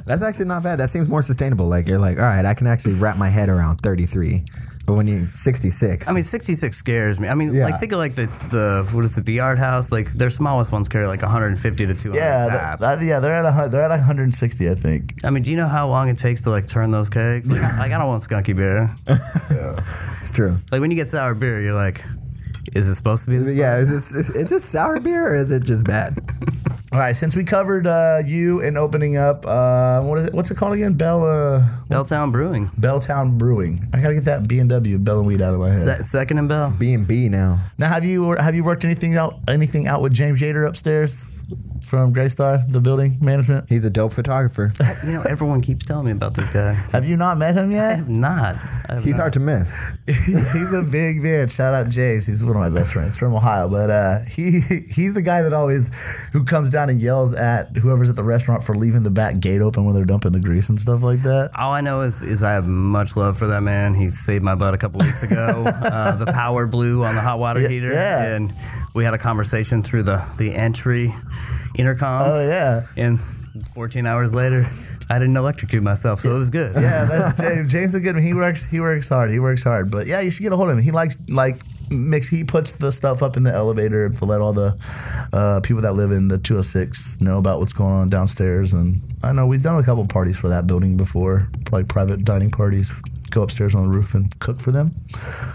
Speaker 3: that's actually not bad. That seems more sustainable. Like you're like, all right, I can actually wrap my head around 33, but when you 66,
Speaker 4: I mean, 66 scares me. I mean,
Speaker 3: Yeah.
Speaker 4: like think of like the the what is it, the Yard House? Like their smallest ones carry like 150 to 200
Speaker 2: yeah,
Speaker 4: taps.
Speaker 2: that- that- yeah, they're at a, hun- they're at 160, I think.
Speaker 4: I mean, do you know how long it takes to like turn those kegs? Like, I, like I don't want skunky beer.
Speaker 3: it's true.
Speaker 4: Like when you get sour beer, you're like, Is it supposed to be? This
Speaker 3: Yeah, is it, is it sour beer or is it just bad?
Speaker 2: All right, since we covered uh, you and opening up, uh, what is it? What's it called again? Bell uh,
Speaker 4: Belltown Brewing,
Speaker 2: Belltown Brewing. I gotta get that B and W Bell and Weed out of my head.
Speaker 4: Se- Second and Bell.
Speaker 3: B and B now.
Speaker 2: Now, have you have you worked anything out anything out with James Yader upstairs from Graystar, the building management?
Speaker 3: He's a dope photographer.
Speaker 4: You know, everyone keeps telling me about this guy.
Speaker 2: Have you not met him yet?
Speaker 4: I'm not. I'm
Speaker 3: He's
Speaker 4: not.
Speaker 3: hard to miss.
Speaker 2: he's a big man. Shout out James. He's one of my best friends from Ohio. But uh, he he's the guy that always who comes down and yells at whoever's at the restaurant for leaving the back gate open when they're dumping the grease and stuff like that.
Speaker 4: All I know is is I have much love for that man. He saved my butt a couple weeks ago. uh, the power blew on the hot water heater,
Speaker 2: yeah.
Speaker 4: and we had a conversation through the the entry intercom.
Speaker 2: Oh yeah.
Speaker 4: And 14 hours later, I didn't electrocute myself, so it was good.
Speaker 2: Yeah, that's James. James is a good. man. He works. He works hard. He works hard. But yeah, you should get a hold of him. He likes like mix. He puts the stuff up in the elevator to let all the uh, people that live in the 206 know about what's going on downstairs. And I know we've done a couple parties for that building before, like private dining parties. Go upstairs on the roof and cook for them.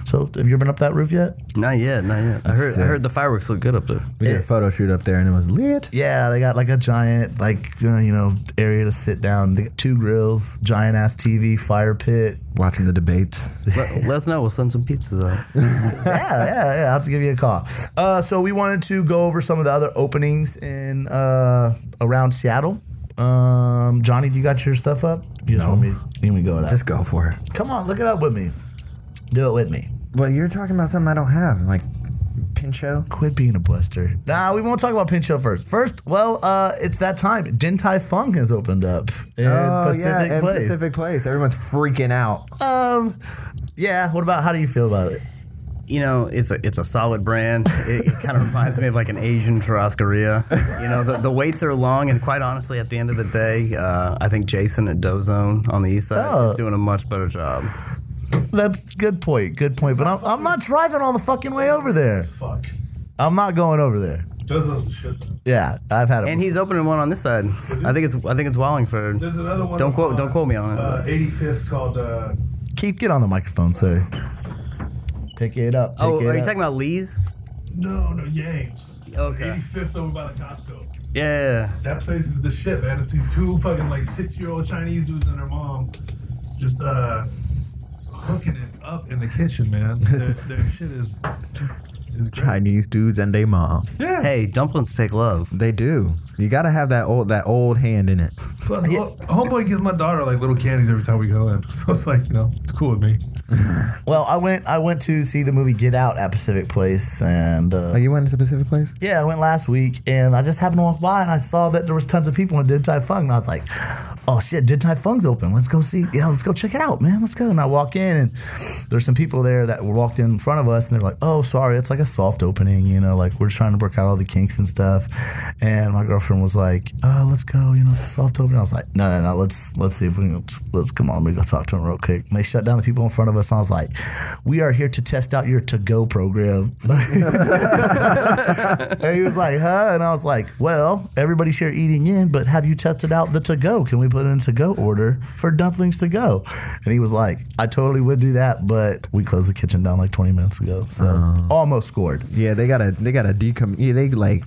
Speaker 2: So have you been up that roof yet?
Speaker 4: Not yet, not yet. I heard, I
Speaker 3: sick.
Speaker 4: heard the fireworks look good up there.
Speaker 3: We did a photo shoot up there and it was lit.
Speaker 2: Yeah, they got like a giant, like uh, you know, area to sit down. They got two grills, giant ass TV, fire pit.
Speaker 3: Watching the debates.
Speaker 4: Let, let us know. We'll send some pizzas out.
Speaker 2: yeah, yeah, yeah. I'll have to give you a call. Uh, so we wanted to go over some of the other openings in uh, around Seattle. Um, Johnny, do you got your stuff up? You just want me? You want me to go it up?
Speaker 3: Just go for it.
Speaker 2: Come on, look it up with me. Do it with me.
Speaker 3: Well, you're talking about something I don't have, like Pincho.
Speaker 2: Quit being a buster. Nah, we won't talk about Pincho first. First, well, uh, it's that time. Din Tai Fung has opened up Oh, in Pacific
Speaker 3: Oh, and
Speaker 2: Place.
Speaker 3: Pacific Place. Everyone's freaking out.
Speaker 2: Um, yeah. What about? How do you feel about it?
Speaker 4: You know, it's a it's a solid brand. It, it kind of reminds me of like an Asian Tarascaria. You know, the, the waits are long, and quite honestly, at the end of the day, uh, I think Jason at Dozone on the east side
Speaker 2: Oh.
Speaker 4: is doing a much better job.
Speaker 2: That's good point. Good point. But I'm, I'm not driving all the fucking way over there.
Speaker 5: Fuck.
Speaker 2: I'm not going over there.
Speaker 5: Dozo's a shit. though.
Speaker 2: Yeah, I've had it.
Speaker 4: And he's opening one on this side. I think it's I think it's Wallingford.
Speaker 5: There's another one.
Speaker 4: Don't quote
Speaker 5: on,
Speaker 4: don't quote me on it.
Speaker 5: Uh, 85th called. Uh,
Speaker 2: Keith, get on the microphone, sir. Pick it up. Pick
Speaker 4: oh,
Speaker 2: it
Speaker 4: are you
Speaker 2: up.
Speaker 4: talking about Lee's?
Speaker 5: no, no, Yang's.
Speaker 4: Okay.
Speaker 5: 85th over by the Costco.
Speaker 4: Yeah.
Speaker 5: That place is the shit, man. It's these two fucking like six year old Chinese dudes and their mom just uh hooking it up in the kitchen, man. Their, their shit is is great.
Speaker 3: Chinese dudes and they mom.
Speaker 5: Yeah.
Speaker 4: Hey, dumplings take love.
Speaker 3: They do. You gotta have that old that old hand in it.
Speaker 5: Plus, ho- homeboy gives my daughter like little candies every time we go in, so it's like you know it's cool with me.
Speaker 2: Well, I went. I went to see the movie Get Out at Pacific Place, and uh,
Speaker 3: Oh, you went to Pacific Place?
Speaker 2: yeah, I went last week, and I just happened to walk by, and I saw that there was tons of people in Din Tai Fung, and I was like, "Oh shit, Din Tai Fung's open. Let's go see. Yeah, let's go check it out, man. Let's go." And I walk in, and there's some people there that walked in front of us, and they're like, "Oh, sorry, it's like a soft opening, you know, like we're just trying to work out all the kinks and stuff." And my girlfriend was like, "Oh, let's go, you know, soft opening." I was like, "No, no, no, let's let's see if we can let's come on, we go talk to them real quick." And they shut down the people in front of us, and I was like, "We are here to test out your to go program." And he was like, huh? And I was like, well, everybody's here eating in, but have you tested out the to go? Can we put in a to go order for dumplings to go? And he was like, I totally would do that, but we closed the kitchen down like 20 minutes ago. So
Speaker 3: Oh.
Speaker 2: almost scored.
Speaker 3: Yeah, they gotta they gotta decom yeah, they like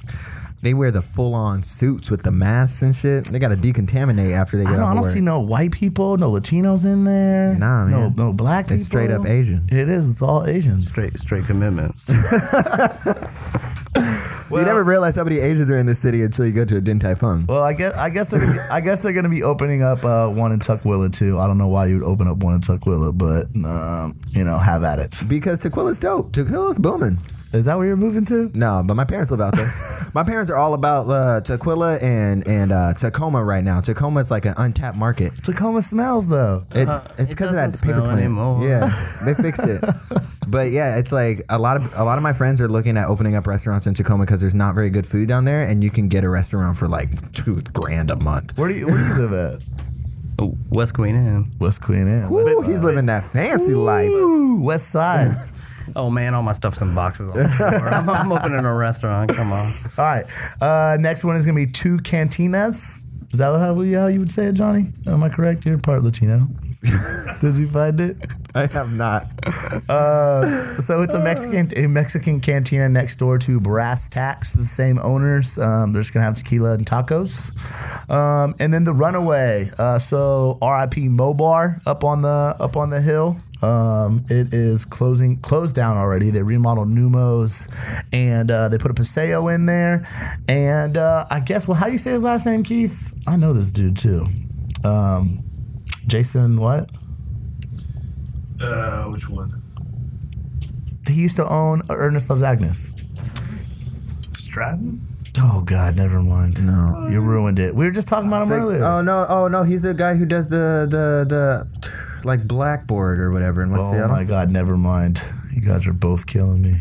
Speaker 3: they wear the full on suits with the masks and shit. They gotta decontaminate after they get
Speaker 2: I don't,
Speaker 3: off
Speaker 2: I don't
Speaker 3: work.
Speaker 2: see no white people, no Latinos in there.
Speaker 3: Nah, man.
Speaker 2: No, no black
Speaker 3: It's
Speaker 2: people.
Speaker 3: straight up Asian.
Speaker 2: It is. It's all Asians.
Speaker 4: Straight straight commitments.
Speaker 3: you never realize how many Asians are in this city until you go to a Din Tai Fung.
Speaker 2: Well, I guess I guess they're gonna be, I guess they're going to be opening up uh, one in Tukwila too. I don't know why you would open up one in Tukwila, but um, you know, have at it.
Speaker 3: because Tequila's dope. Tequila's booming.
Speaker 2: Is that where you're moving to?
Speaker 3: No, but my parents live out there. my parents are all about uh, Tequila and and uh, Tacoma right now. Tacoma is like an untapped market.
Speaker 2: Tacoma smells though.
Speaker 3: It, it's
Speaker 4: Uh, it
Speaker 3: because of
Speaker 4: doesn't
Speaker 3: that paper
Speaker 4: smell
Speaker 3: plant.
Speaker 4: anymore.
Speaker 3: Yeah, they fixed it. But yeah, it's like a lot of a lot of my friends are looking at opening up restaurants in Tacoma because there's not very good food down there, and you can get a restaurant for like two grand a month.
Speaker 2: Where do you where do you live at?
Speaker 4: Oh, West Queen Anne.
Speaker 2: West Queen Anne.
Speaker 3: Ooh, he's living that fancy life.
Speaker 2: Ooh, West Side.
Speaker 4: Oh man, all my stuff's in boxes. On the floor. I'm, I'm opening a restaurant. Come on.
Speaker 2: All right. Uh, next one is gonna be two cantinas. Is that what how, we- how you would say it, Johnny? Am I correct? You're part Latino. Did you find it?
Speaker 3: I have not.
Speaker 2: So it's a Mexican a Mexican cantina next door to Brass Tacks, the same owners. Um, they're just gonna have tequila and tacos, um, and then the Runaway. Uh, so R.I.P. Mobar up on the up on the hill. Um, it is closing closed down already. They remodeled Numos, and uh, they put a Paseo in there. And uh, I guess well, how do you say his last name, Keith? I know this dude too. Um, Jason, what?
Speaker 5: Uh, which one?
Speaker 2: He used to own Ernest Loves Agnes.
Speaker 5: Stratton?
Speaker 2: Oh God, never mind. No, you ruined it. We were just talking about him earlier.
Speaker 3: Oh no! Oh no! He's the guy who does the the the like blackboard or whatever. And what's
Speaker 2: oh
Speaker 3: the other?
Speaker 2: my God, never mind. You guys are both killing me.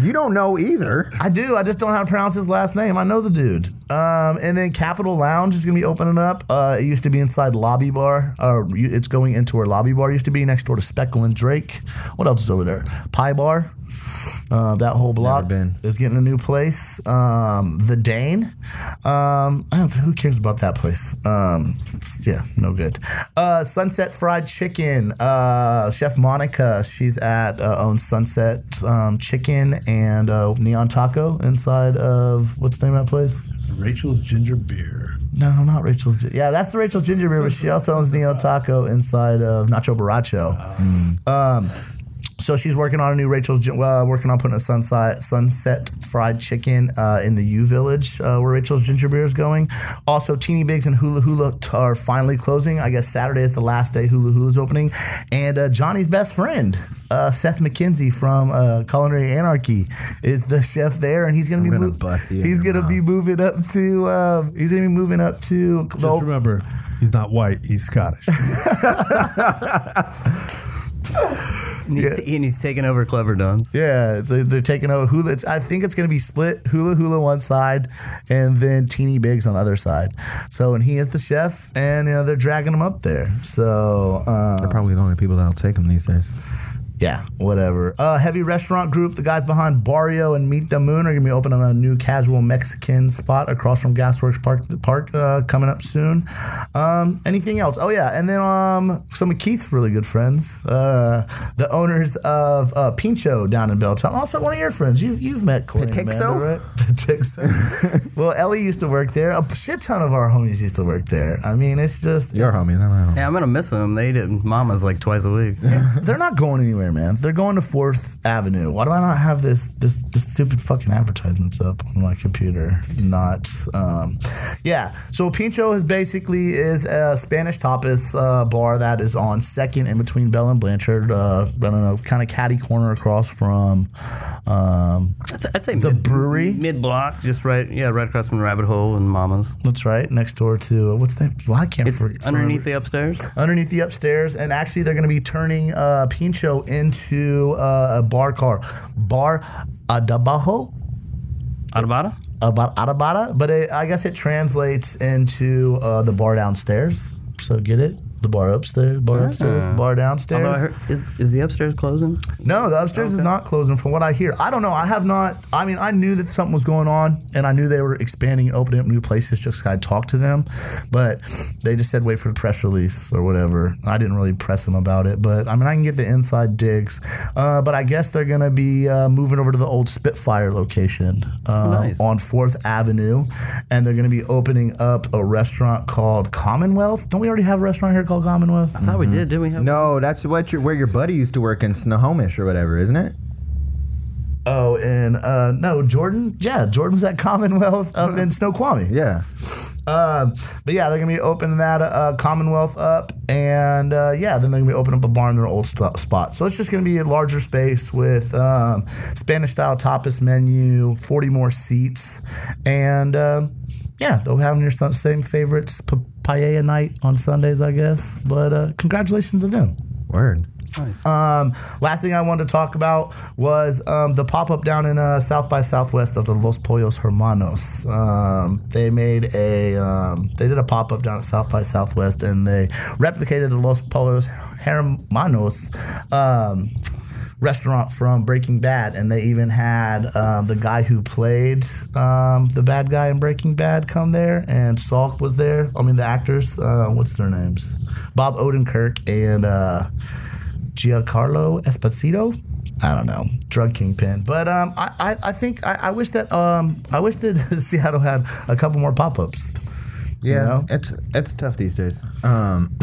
Speaker 3: You don't know either.
Speaker 2: I do. I just don't know how to pronounce his last name. I know the dude. Um, and then Capital Lounge is gonna be opening up. Uh, it used to be inside Lobby Bar. Uh, you- it's going into where Lobby Bar used to be, next door to Speckle and Drake. What else is over there? Pie Bar. Uh, that whole block
Speaker 3: been.
Speaker 2: is getting a new place. Um, the Dane. Um, I don't, who cares about that place? Um, it's- yeah, no good. Uh, Sunset Fried Chicken. Uh, Chef Monica. She's at uh, owns Sunset um, Chicken and uh, Neon Taco inside of what's the name of that place?
Speaker 5: Rachel's Ginger Beer.
Speaker 2: No, not Rachel's. Gi- Yeah, that's the Rachel's Ginger Beer, but she also owns Neo Taco inside of Nacho Baracho.
Speaker 3: Ah.
Speaker 2: Um, so she's working on a new Rachel's, Gi- uh, working on putting a sunset sunset fried chicken uh, in the U Village uh, where Rachel's Ginger Beer is going. Also, Teeny Bigs and Hula Hula t- are finally closing. I guess Saturday is the last day Hula Hula's opening. And uh, Johnny's best friend, uh, Seth McKenzie from uh, Culinary Anarchy, is the chef there, and he's going to be
Speaker 3: gonna
Speaker 2: mo-
Speaker 3: bust you in
Speaker 2: he's
Speaker 3: your
Speaker 2: going to
Speaker 3: mouth.
Speaker 2: be moving up to um, he's gonna be moving up to the
Speaker 5: Just remember, he's not white, he's Scottish.
Speaker 4: And he's, and he's taking over Clever Done.
Speaker 2: yeah it's, they're taking over hula it's, i think it's gonna be split hula hula one side and then teeny bigs on the other side so and he is the chef and you know they're dragging him up there so uh,
Speaker 3: Probably the only people that'll take him these days.
Speaker 2: yeah whatever uh, heavy restaurant group the guys behind barrio and meet the moon are gonna be opening a new casual mexican spot across from gasworks park the park uh, coming up soon um, anything else oh yeah and then um, some of keith's really good friends uh, the owners of uh, pincho down in belltown also one of your friends you've, you've met Corey and
Speaker 3: Petixo?
Speaker 2: Amanda, right? Petixo. well ellie used to work there a shit ton of our homies used to work there i mean it's just
Speaker 3: Your homie, not my homie.
Speaker 4: Yeah, I'm gonna miss him. They did Mama's like twice a week.
Speaker 2: They're not going anywhere, man. They're going to Fourth Avenue. Why do I not have this this this stupid fucking advertisements up on my computer? Not, um, yeah. So Pincho is basically is a Spanish tapas uh, bar that is on Second in between Bell and Blanchard. Uh, I don't know, kind of catty corner across from. Um,
Speaker 4: I'd, I'd say
Speaker 2: The brewery?
Speaker 4: mid block, just right. Yeah, right across from Rabbit Hole and Mama's.
Speaker 2: that's right, next door to uh, what's that? Well, I can't.
Speaker 4: It's
Speaker 2: for- for-
Speaker 4: underneath the upstairs.
Speaker 2: underneath the upstairs, and actually they're going to be turning uh, Pincho into uh, a bar car, bar adabajo,
Speaker 4: Atabata?
Speaker 2: about adabada, but it, I guess it translates into uh, the bar downstairs. So get it. The bar upstairs, bar upstairs, bar
Speaker 4: Although
Speaker 2: downstairs.
Speaker 4: I heard, is is the upstairs closing?
Speaker 2: No, the upstairs is not closing from what I hear. I don't know. I have not. I mean, I knew that something was going on and I knew they were expanding, opening up new places just 'cause I talked to them, but they just said wait for the press release or whatever. I didn't really press them about it, but I mean, I can get the inside digs. Uh, but I guess they're going to be uh, moving over to the old Spitfire location um,
Speaker 4: Nice.
Speaker 2: on 4th Avenue and they're going to be opening up a restaurant called Commonwealth. Don't we already have a restaurant here called Commonwealth?
Speaker 4: I thought we did, didn't we? Have
Speaker 3: Mm-hmm. No, that's what your, where your buddy used to work in Snohomish or whatever, isn't it?
Speaker 2: Oh, and uh, no, Jordan. Yeah, Jordan's at Commonwealth up in Snoqualmie.
Speaker 3: Yeah.
Speaker 2: Um, but yeah, they're gonna be opening that uh, Commonwealth up, and uh, yeah, then they're gonna be opening up a bar in their old st- spot. So it's just gonna be a larger space with um, Spanish style tapas menu, forty more seats, and um, yeah, they'll be having your son- same favorites pa- paella night on Sundays, I guess. But uh, congratulations to them.
Speaker 3: Word.
Speaker 2: Um, last thing I wanted to talk about was um, the pop up down in uh, South by Southwest of the Los Pollos Hermanos. Um, they made a um, they did a pop up down at South by Southwest and they replicated the Los Pollos Hermanos. Um, restaurant from Breaking Bad, and they even had um, the guy who played um, the bad guy in Breaking Bad come there, and Salk was there. I mean, the actors, uh, what's their names? Bob Odenkirk and uh, Giancarlo Esposito. I don't know, drug kingpin. But um, I, I, I think I, I wish that um, I wish that Seattle had a couple more pop ups.
Speaker 3: Yeah,
Speaker 2: know?
Speaker 3: it's it's tough these days. Um,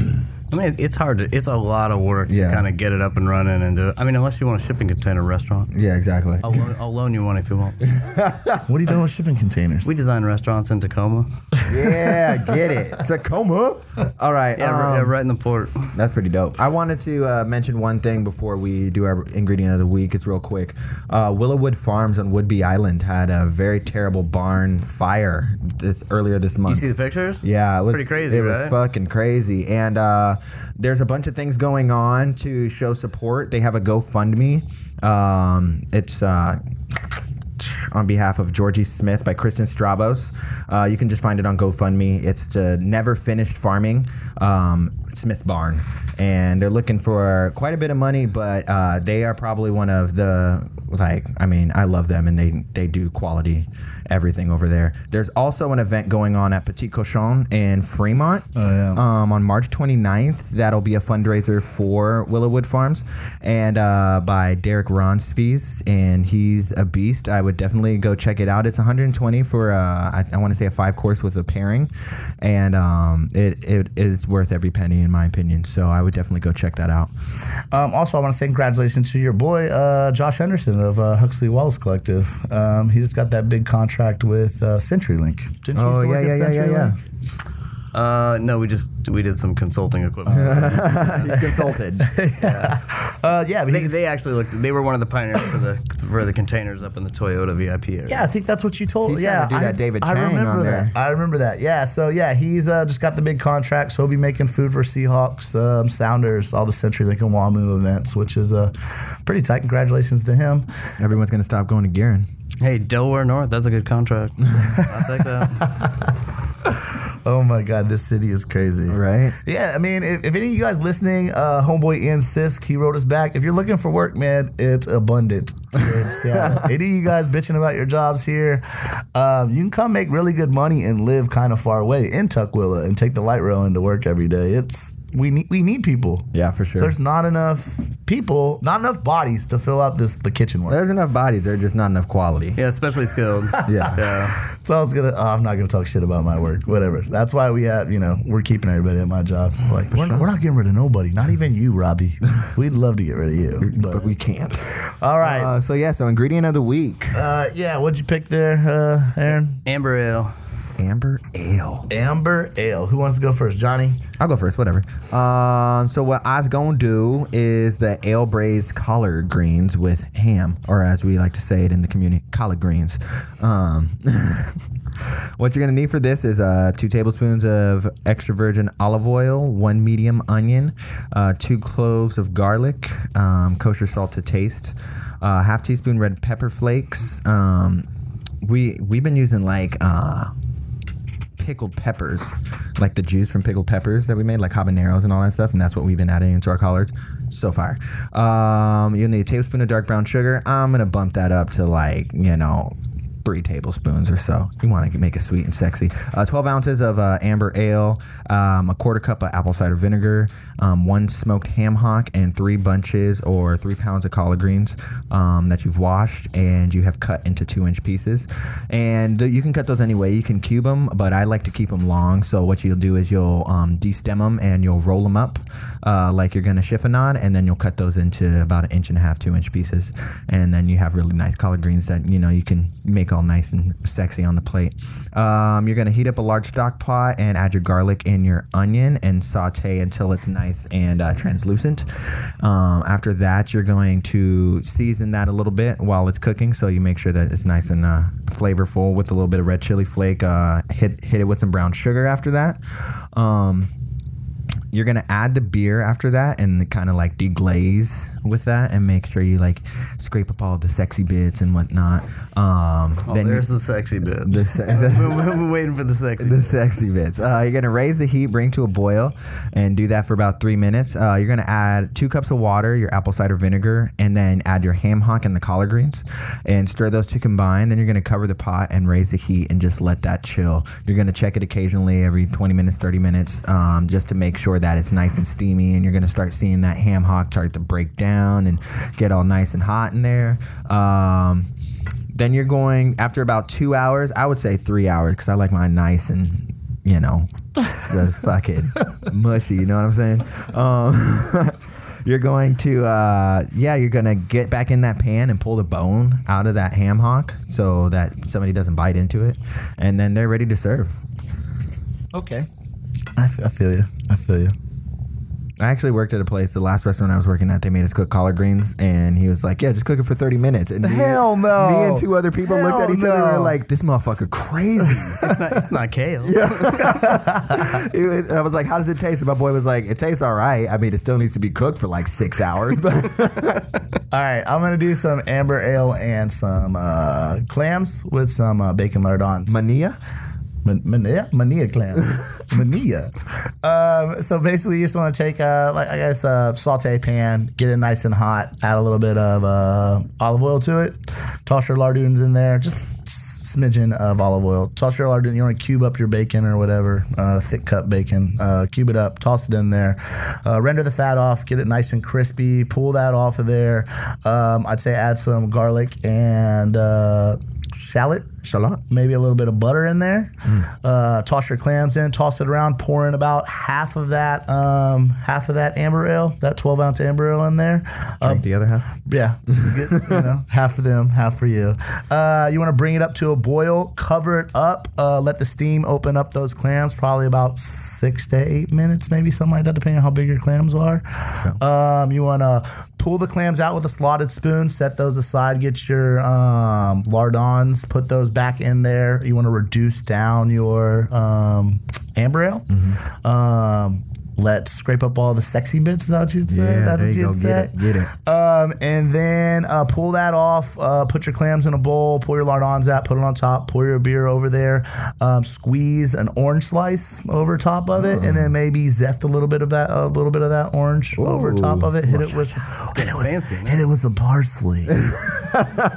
Speaker 4: I mean, it's hard. To, it's a lot of work
Speaker 3: Yeah.
Speaker 4: to kind of get it up and running and do it. I mean, unless you want a shipping container restaurant.
Speaker 3: Oh, yeah, exactly.
Speaker 4: I'll, loan- I'll loan you one if you want.
Speaker 2: What are you doing with shipping containers?
Speaker 4: We design restaurants in Tacoma.
Speaker 3: Yeah, get it. Tacoma. All right.
Speaker 4: Yeah,
Speaker 3: um,
Speaker 4: r- yeah, right in the port.
Speaker 3: That's pretty dope. I wanted to uh, mention one thing before we do our ingredient of the week. It's real quick. Uh, Willowwood Farms on Woodby Island had a very terrible barn fire this earlier this month.
Speaker 4: You see the pictures?
Speaker 3: Yeah, it was
Speaker 4: Pretty crazy,
Speaker 3: It was
Speaker 4: right?
Speaker 3: fucking crazy, and uh, there's a bunch of things going on to show support. They have a GoFundMe. Um, it's. Uh, on behalf of Georgie Smith by Kristen Strabos. Uh, you can just find it on GoFundMe. It's to Never Finished Farming, um, Smith Barn. And they're looking for quite a bit of money, but uh, they are probably one of the, like, I mean, I love them and they, they do quality everything over there. There's also an event going on at Petit Cochon in Fremont um, on March 29th. That'll be a fundraiser for Willowwood Farms and uh, by Derek Ronspies, and he's a beast. I would definitely go check it out. It's 120 for uh, I, I want to say a five course with a pairing, and um, it, it it's worth every penny in my opinion. So I would definitely go check that out.
Speaker 2: Um, also, I want to say congratulations to your boy uh, Josh Henderson of uh, Huxley Wallace Collective. Um, he's got that big contract with uh, CenturyLink. Didn't
Speaker 3: Oh,
Speaker 2: you used to work at CenturyLink?
Speaker 4: Uh, no, we just we did some consulting
Speaker 3: Uh-huh.
Speaker 4: equipment.
Speaker 3: yeah. Consulted.
Speaker 2: Uh, yeah, but
Speaker 4: they,
Speaker 2: he's,
Speaker 4: they actually looked. They were one of the pioneers for the for the containers up in the Toyota VIP area.
Speaker 2: yeah, I think that's what you told.
Speaker 3: He's
Speaker 2: yeah,
Speaker 3: trying to do
Speaker 2: I,
Speaker 3: that David
Speaker 2: I
Speaker 3: Chang on
Speaker 2: remember
Speaker 3: there.
Speaker 2: that. I remember that. Yeah, so yeah, he's uh, just got the big contract, so he'll be making food for Seahawks, um, Sounders, all the CenturyLink and WAMU events, which is uh, pretty tight. Congratulations to him.
Speaker 3: Everyone's gonna stop going to Garen.
Speaker 4: Hey, Delaware North, that's a good contract. I'll take that.
Speaker 2: Oh my God, this city is crazy.
Speaker 3: Right.
Speaker 2: Yeah, I mean, if, if any of you guys listening, uh, homeboy Ian Sisk, he wrote us back. If you're looking for work, man, it's abundant. It's, yeah. any of you guys bitching about your jobs here, um, you can come make really good money and live kind of far away in Tukwila and take the light rail into work every day. It's we need we need people.
Speaker 3: Yeah, for sure.
Speaker 2: There's not enough people, not enough bodies to fill out this the kitchen work.
Speaker 3: There's enough bodies. There's just not enough quality.
Speaker 4: Yeah, especially skilled.
Speaker 3: Yeah.
Speaker 4: Yeah.
Speaker 2: So I was gonna. Oh, I'm not gonna talk shit about my work. Whatever. That's why we had. You know, we're keeping everybody at my job. Like we're, we're not getting rid of nobody. Not even you, Robbie. We'd love to get rid of you. But
Speaker 3: But we can't.
Speaker 2: all right.
Speaker 3: Uh, so yeah, so ingredient of the week.
Speaker 2: Uh, yeah. What'd you pick there, uh, Aaron?
Speaker 4: Amber Ale.
Speaker 3: Amber Ale.
Speaker 2: Amber Ale. Who wants to go first, Johnny?
Speaker 3: I'll go first, whatever. Um, so what I was gonna do is the ale braised collard greens with ham, or as we like to say it in the community, collard greens. Um, what you're gonna need for this is uh, two tablespoons of extra virgin olive oil, one medium onion, uh, two cloves of garlic, um, kosher salt to taste, uh, half teaspoon red pepper flakes. Um, we we've been using like. Uh, pickled peppers, like the juice from pickled peppers that we made, like habaneros and all that stuff, and that's what we've been adding into our collards. So fire. Um, you'll need a tablespoon of dark brown sugar. I'm gonna bump that up to like you know. Three tablespoons or so. You want to make it sweet and sexy. Uh, 12 ounces of uh, amber ale, um, a quarter cup of apple cider vinegar, um, one smoked ham hock, and three bunches or three pounds of collard greens um, that you've washed and you have cut into two inch pieces. And th- you can cut those any way. You can cube them, but I like to keep them long. So what you'll do is you'll um, destem them and you'll roll them up uh, like you're gonna chiffonade, and then you'll cut those into about an inch and a half, two inch pieces, and then you have really nice collard greens that you know you can make all nice and sexy on the plate. Um, you're gonna heat up a large stock pot and add your garlic and your onion and saute until it's nice and uh, translucent. Um, after that, you're going to season that a little bit while it's cooking, so you make sure that it's nice and uh, flavorful with a little bit of red chili flake. Uh, hit hit it with some brown sugar after that. Um, you're gonna add the beer after that and kind of like deglaze with that and make sure you like scrape up all the sexy bits and whatnot. Um,
Speaker 4: Oh,
Speaker 3: then
Speaker 4: there's the sexy bit.
Speaker 3: the, se-
Speaker 4: we're, we're waiting for the sexy.
Speaker 3: the
Speaker 4: bit.
Speaker 3: sexy bits. Uh, you're gonna raise the heat, bring to a boil, and do that for about three minutes. Uh, you're gonna add two cups of water, your apple cider vinegar, and then add your ham hock and the collard greens, and stir those two combined. Then you're gonna cover the pot and raise the heat and just let that chill. You're gonna check it occasionally, every 20 minutes, 30 minutes, um, just to make sure that it's nice and steamy. And you're gonna start seeing that ham hock start to break down and get all nice and hot in there. Um, then you're going after about two hours. I would say three hours because I like mine nice and you know just fucking mushy. You know what I'm saying? Um, you're going to uh, yeah, you're gonna get back in that pan and pull the bone out of that ham hock so that somebody doesn't bite into it, and then they're ready to serve.
Speaker 2: Okay. I f- I feel you. I feel you.
Speaker 3: I actually worked at a place. The last restaurant I was working at, they made us cook collard greens, and he was like, "Yeah, just cook it for thirty minutes." And me-
Speaker 2: Hell no.
Speaker 3: Me and two other people looked at
Speaker 2: Hell
Speaker 3: each other and
Speaker 2: no.
Speaker 3: were like, "This motherfucker crazy."
Speaker 4: It's not, it's not kale.
Speaker 3: It was- I was like, "How does it taste?" And my boy was like, "It tastes all right. I mean, it still needs to be cooked for like six hours." But
Speaker 2: All right, I'm gonna do some amber ale and some uh, clams with some uh, bacon lardons.
Speaker 3: Mania,
Speaker 2: Man- Mania, mania clams, mania. Um, so basically, you just want to take, uh, like I guess, a saute pan, get it nice and hot, add a little bit of uh, olive oil to it, toss your lardoons in there, just s- smidgen of olive oil. Toss your lardoon. You want to cube up your bacon or whatever, uh, thick cut bacon. Uh, cube it up, toss it in there, uh, render the fat off, get it nice and crispy. Pull that off of there. Um, I'd say add some garlic and uh, shallot
Speaker 3: shallot.
Speaker 2: maybe a little bit of butter in there. Uh, toss your clams in, toss it around, pour in about half of that, um, half of that amber ale, that 12 ounce amber ale in there. Uh,
Speaker 3: Drink the other half.
Speaker 2: yeah, Get, you know, half for them, half for you. Uh, you want to bring it up to a boil, cover it up, uh, let the steam open up those clams, probably about six to eight minutes, maybe something like that, depending on how big your clams are. Um, you want to pull the clams out with a slotted spoon, set those aside, get your um, lardons, put those back in there. You want to reduce down your um, amber ale.
Speaker 3: Mm-hmm.
Speaker 2: Um, let scrape up all the sexy bits. Is that what you'd say? That's what you'd say.
Speaker 3: Get it. Get it.
Speaker 2: Um, and then uh, pull that off. Uh, put your clams in a bowl. Pour your lardons out. Put it on top. Pour your beer over there. Um, squeeze an orange slice over top of it, and
Speaker 4: Mm.
Speaker 2: then maybe zest a little bit of that, a little bit of that orange over top of it. Hit it with, hit it with,
Speaker 4: fancy, man.
Speaker 2: hit it with some parsley. you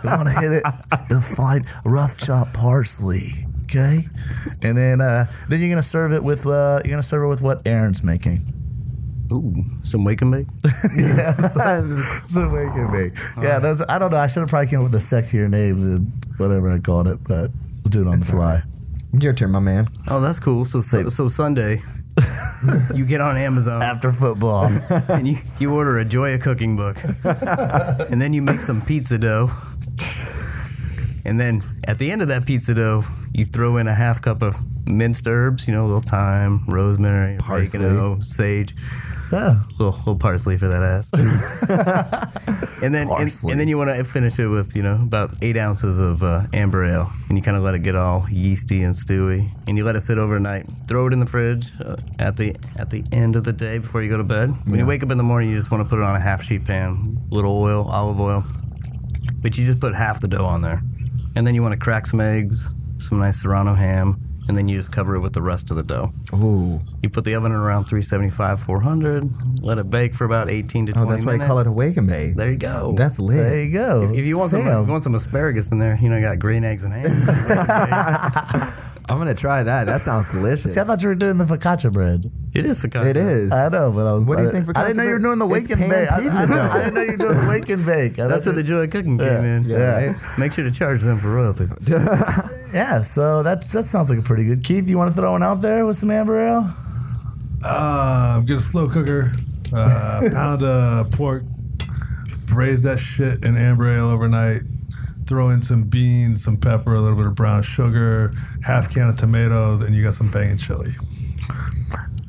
Speaker 2: want to hit it with fine rough chopped parsley. Okay, and then uh, then you're gonna serve it with uh, you're gonna serve it with what Aaron's making.
Speaker 4: Ooh, some wake and bake.
Speaker 2: It's a wake and bake. Yeah, those. I don't know. I should have probably came up with a sexier name than whatever I called it, but we'll do it on the fly.
Speaker 3: Your turn, my man.
Speaker 4: Oh, that's cool. So so, so Sunday, you get on Amazon
Speaker 2: After football,
Speaker 4: and you, you order a Joya cooking book, and then you make some pizza dough, and then at the end of that pizza dough, you throw in a half cup of minced herbs. You know, a little thyme, rosemary, oregano, sage.
Speaker 2: yeah.
Speaker 4: little, little parsley for that ass. and then and,
Speaker 2: Parsley.
Speaker 4: and then you want to finish it with you know about eight ounces of uh, amber ale, and you kind of let it get all yeasty and stewy, and you let it sit overnight. Throw it in the fridge uh, at the at the end of the day before you go to bed. When you wake up in the morning, you just want to put it on a half sheet pan, little oil, olive oil, but you just put half the dough on there, and then you want to crack some eggs, some nice serrano ham. And then you just cover it with the rest of the dough.
Speaker 3: Ooh.
Speaker 4: You put the oven in around 375, 400. Let it bake for about 18 to 20
Speaker 3: Oh, that's why
Speaker 4: minutes.
Speaker 3: they call it a wake and bake.
Speaker 4: There you go.
Speaker 3: That's lit.
Speaker 2: There you go.
Speaker 4: if you want some,
Speaker 2: Damn.
Speaker 4: if you want some asparagus in there, you know, you got green eggs and ham.
Speaker 3: I'm gonna try that. That sounds delicious.
Speaker 2: See, I thought you were doing the focaccia bread.
Speaker 4: it is focaccia.
Speaker 3: it is.
Speaker 2: I know, but I was.
Speaker 3: What do you think
Speaker 2: I didn't
Speaker 3: focaccia
Speaker 2: know you were
Speaker 3: bread?
Speaker 2: doing the wake
Speaker 3: It's
Speaker 2: and
Speaker 3: pan
Speaker 2: bake. I, I
Speaker 3: pizza
Speaker 2: didn't-
Speaker 3: dough.
Speaker 2: I didn't know you were doing the wake and bake. I
Speaker 4: That's
Speaker 2: thought
Speaker 4: where the
Speaker 2: you-
Speaker 4: joy of cooking
Speaker 2: Yeah,
Speaker 4: came in.
Speaker 2: yeah.
Speaker 3: right?
Speaker 4: Make sure to charge them for royalties.
Speaker 3: Uh,
Speaker 2: Yeah, so that that sounds like a pretty good. Keith, you want to throw one out there with some amber ale?
Speaker 5: Uh, get a slow cooker, uh, pound of pork, braise that shit in amber ale overnight. Throw in some beans, some pepper, a little bit of brown sugar, half can of tomatoes, and you got some banging chili.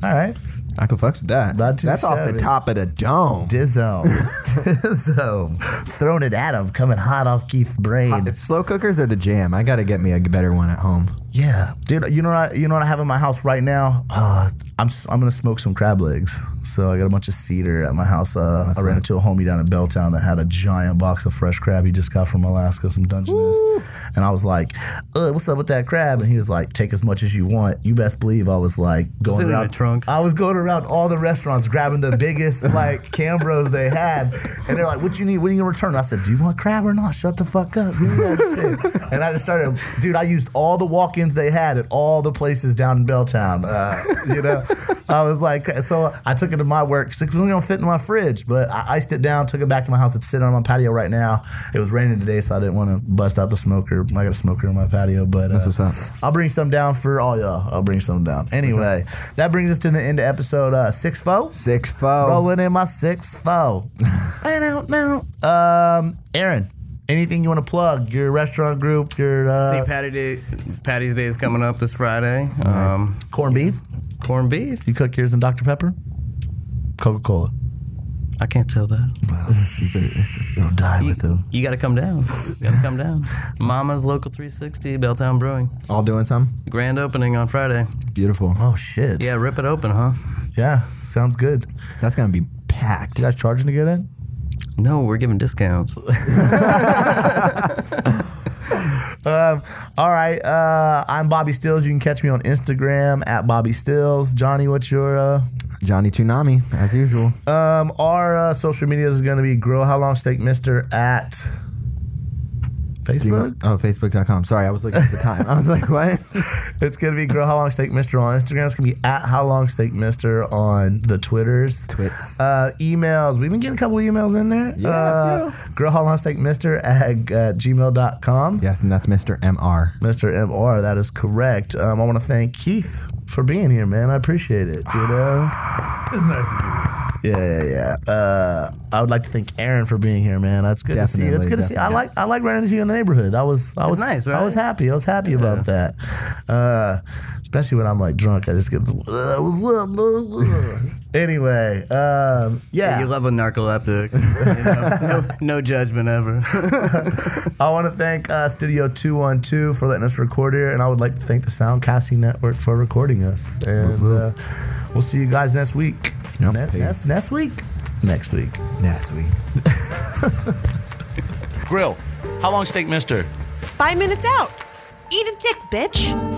Speaker 2: All right,
Speaker 3: I can fuck with that.
Speaker 2: Not too
Speaker 3: That's off the
Speaker 2: shabby.
Speaker 3: top of the dome.
Speaker 2: Dizzo, Dizzo, throwing it at him, coming hot off Keith's brain.
Speaker 3: If slow cookers are the jam. I gotta get me a better one at home.
Speaker 2: Yeah, dude. You know what? I, you know what I have in my house right now? Uh, I'm s- I'm gonna smoke some crab legs. So I got a bunch of cedar at my house. Uh, I ran into a homie down in Belltown that had a giant box of fresh crab he just got from Alaska, some Dungeness, and I was like, uh, "What's up with that crab?" And he was like, "Take as much as you want." You best believe I was like going
Speaker 4: it in
Speaker 2: around
Speaker 4: the trunk?
Speaker 2: I was going around all the restaurants grabbing the biggest like Cambros they had, and they're like, "What you need? What are you gonna return?" I said, "Do you want crab or not? Shut the fuck up, give me that shit." And I just started, dude. I used all the walk-ins they had at all the places down in Belltown. Uh, you know, I was like, so I took it to my work. 'cause It was only gonna fit in my fridge, but I iced it down, took it back to my house. It's sitting on my patio right now. It was raining today, so I didn't want to bust out the smoker. I got a smoker in my patio, but uh,
Speaker 3: That's what's
Speaker 2: I'll bring some down for all y'all. I'll bring some down. Anyway, that brings us to the end of episode uh, six four.
Speaker 3: Six foe.
Speaker 2: Rolling in my six four. I don't know. Um, Aaron, anything you want to plug? Your restaurant group? Your
Speaker 4: See,
Speaker 2: uh,
Speaker 4: Patty Day, Patty's Day is coming up this Friday. Um,
Speaker 2: corned beef?
Speaker 4: corned beef.
Speaker 2: You cook yours in Dr Pepper? Coca Cola.
Speaker 4: I can't tell that.
Speaker 2: You'll die with them.
Speaker 4: You got to come down. You got to come down. Mama's Local 360, Belltown Brewing.
Speaker 3: All doing something
Speaker 4: Grand opening on Friday.
Speaker 3: beautiful.
Speaker 2: Oh shit.
Speaker 4: Yeah, rip it open, huh?
Speaker 2: Yeah. Sounds good.
Speaker 3: That's gonna be packed.
Speaker 2: You guys charging to get in?
Speaker 4: No, we're giving discounts.
Speaker 2: Um, all right. Uh, I'm Bobby Stills. You can catch me on Instagram at Bobby Stills. Johnny, what's your uh,
Speaker 3: Johnny Tsunami, as usual.
Speaker 2: Um, our uh, social media is going to be Grow How Long Steak Mister at Facebook.
Speaker 3: Gmail- Oh, Facebook.com. Sorry, I was looking at the time. I was like, what?
Speaker 2: It's going to be Grow How Long Steak Mister on Instagram. It's going to be at How Long Steak Mister on the Twitters.
Speaker 3: Twits.
Speaker 2: Uh, emails. We've been getting a couple emails in there.
Speaker 3: Yeah,
Speaker 2: Uh, Grow How Long Steak Mister at uh, gmail.com.
Speaker 3: yes, and that's Mr. MR.
Speaker 2: Mr. MR, that is correct. Um, I want to thank Keith for being here, man. I appreciate it. You know?
Speaker 5: It's nice to be here.
Speaker 2: Yeah, yeah, yeah. Uh, I would like to thank Aaron for being here, man. That's good to see. you. It's
Speaker 3: Definitely,
Speaker 2: good to see. I
Speaker 3: definitely.
Speaker 2: like I like running into you in the neighborhood. I was I was
Speaker 4: nice,
Speaker 2: I was
Speaker 4: right?
Speaker 2: happy. I was happy about that. Uh, especially when I'm like drunk, I just get the, uh, what's up, bro? Uh. anyway, um, yeah.
Speaker 4: You love a narcoleptic. You know, no, no judgment ever.
Speaker 2: I want to thank uh, Studio Two One Two for letting us record here, and I would like to thank the Soundcasting Network for recording us. And uh, we'll see you guys next week.
Speaker 3: Yep,
Speaker 2: Ne-
Speaker 3: peace.
Speaker 2: next, next week. Next week.
Speaker 3: That's sweet.
Speaker 2: Grill. How long steak, Mister?
Speaker 6: Five minutes out. Eat a dick, bitch.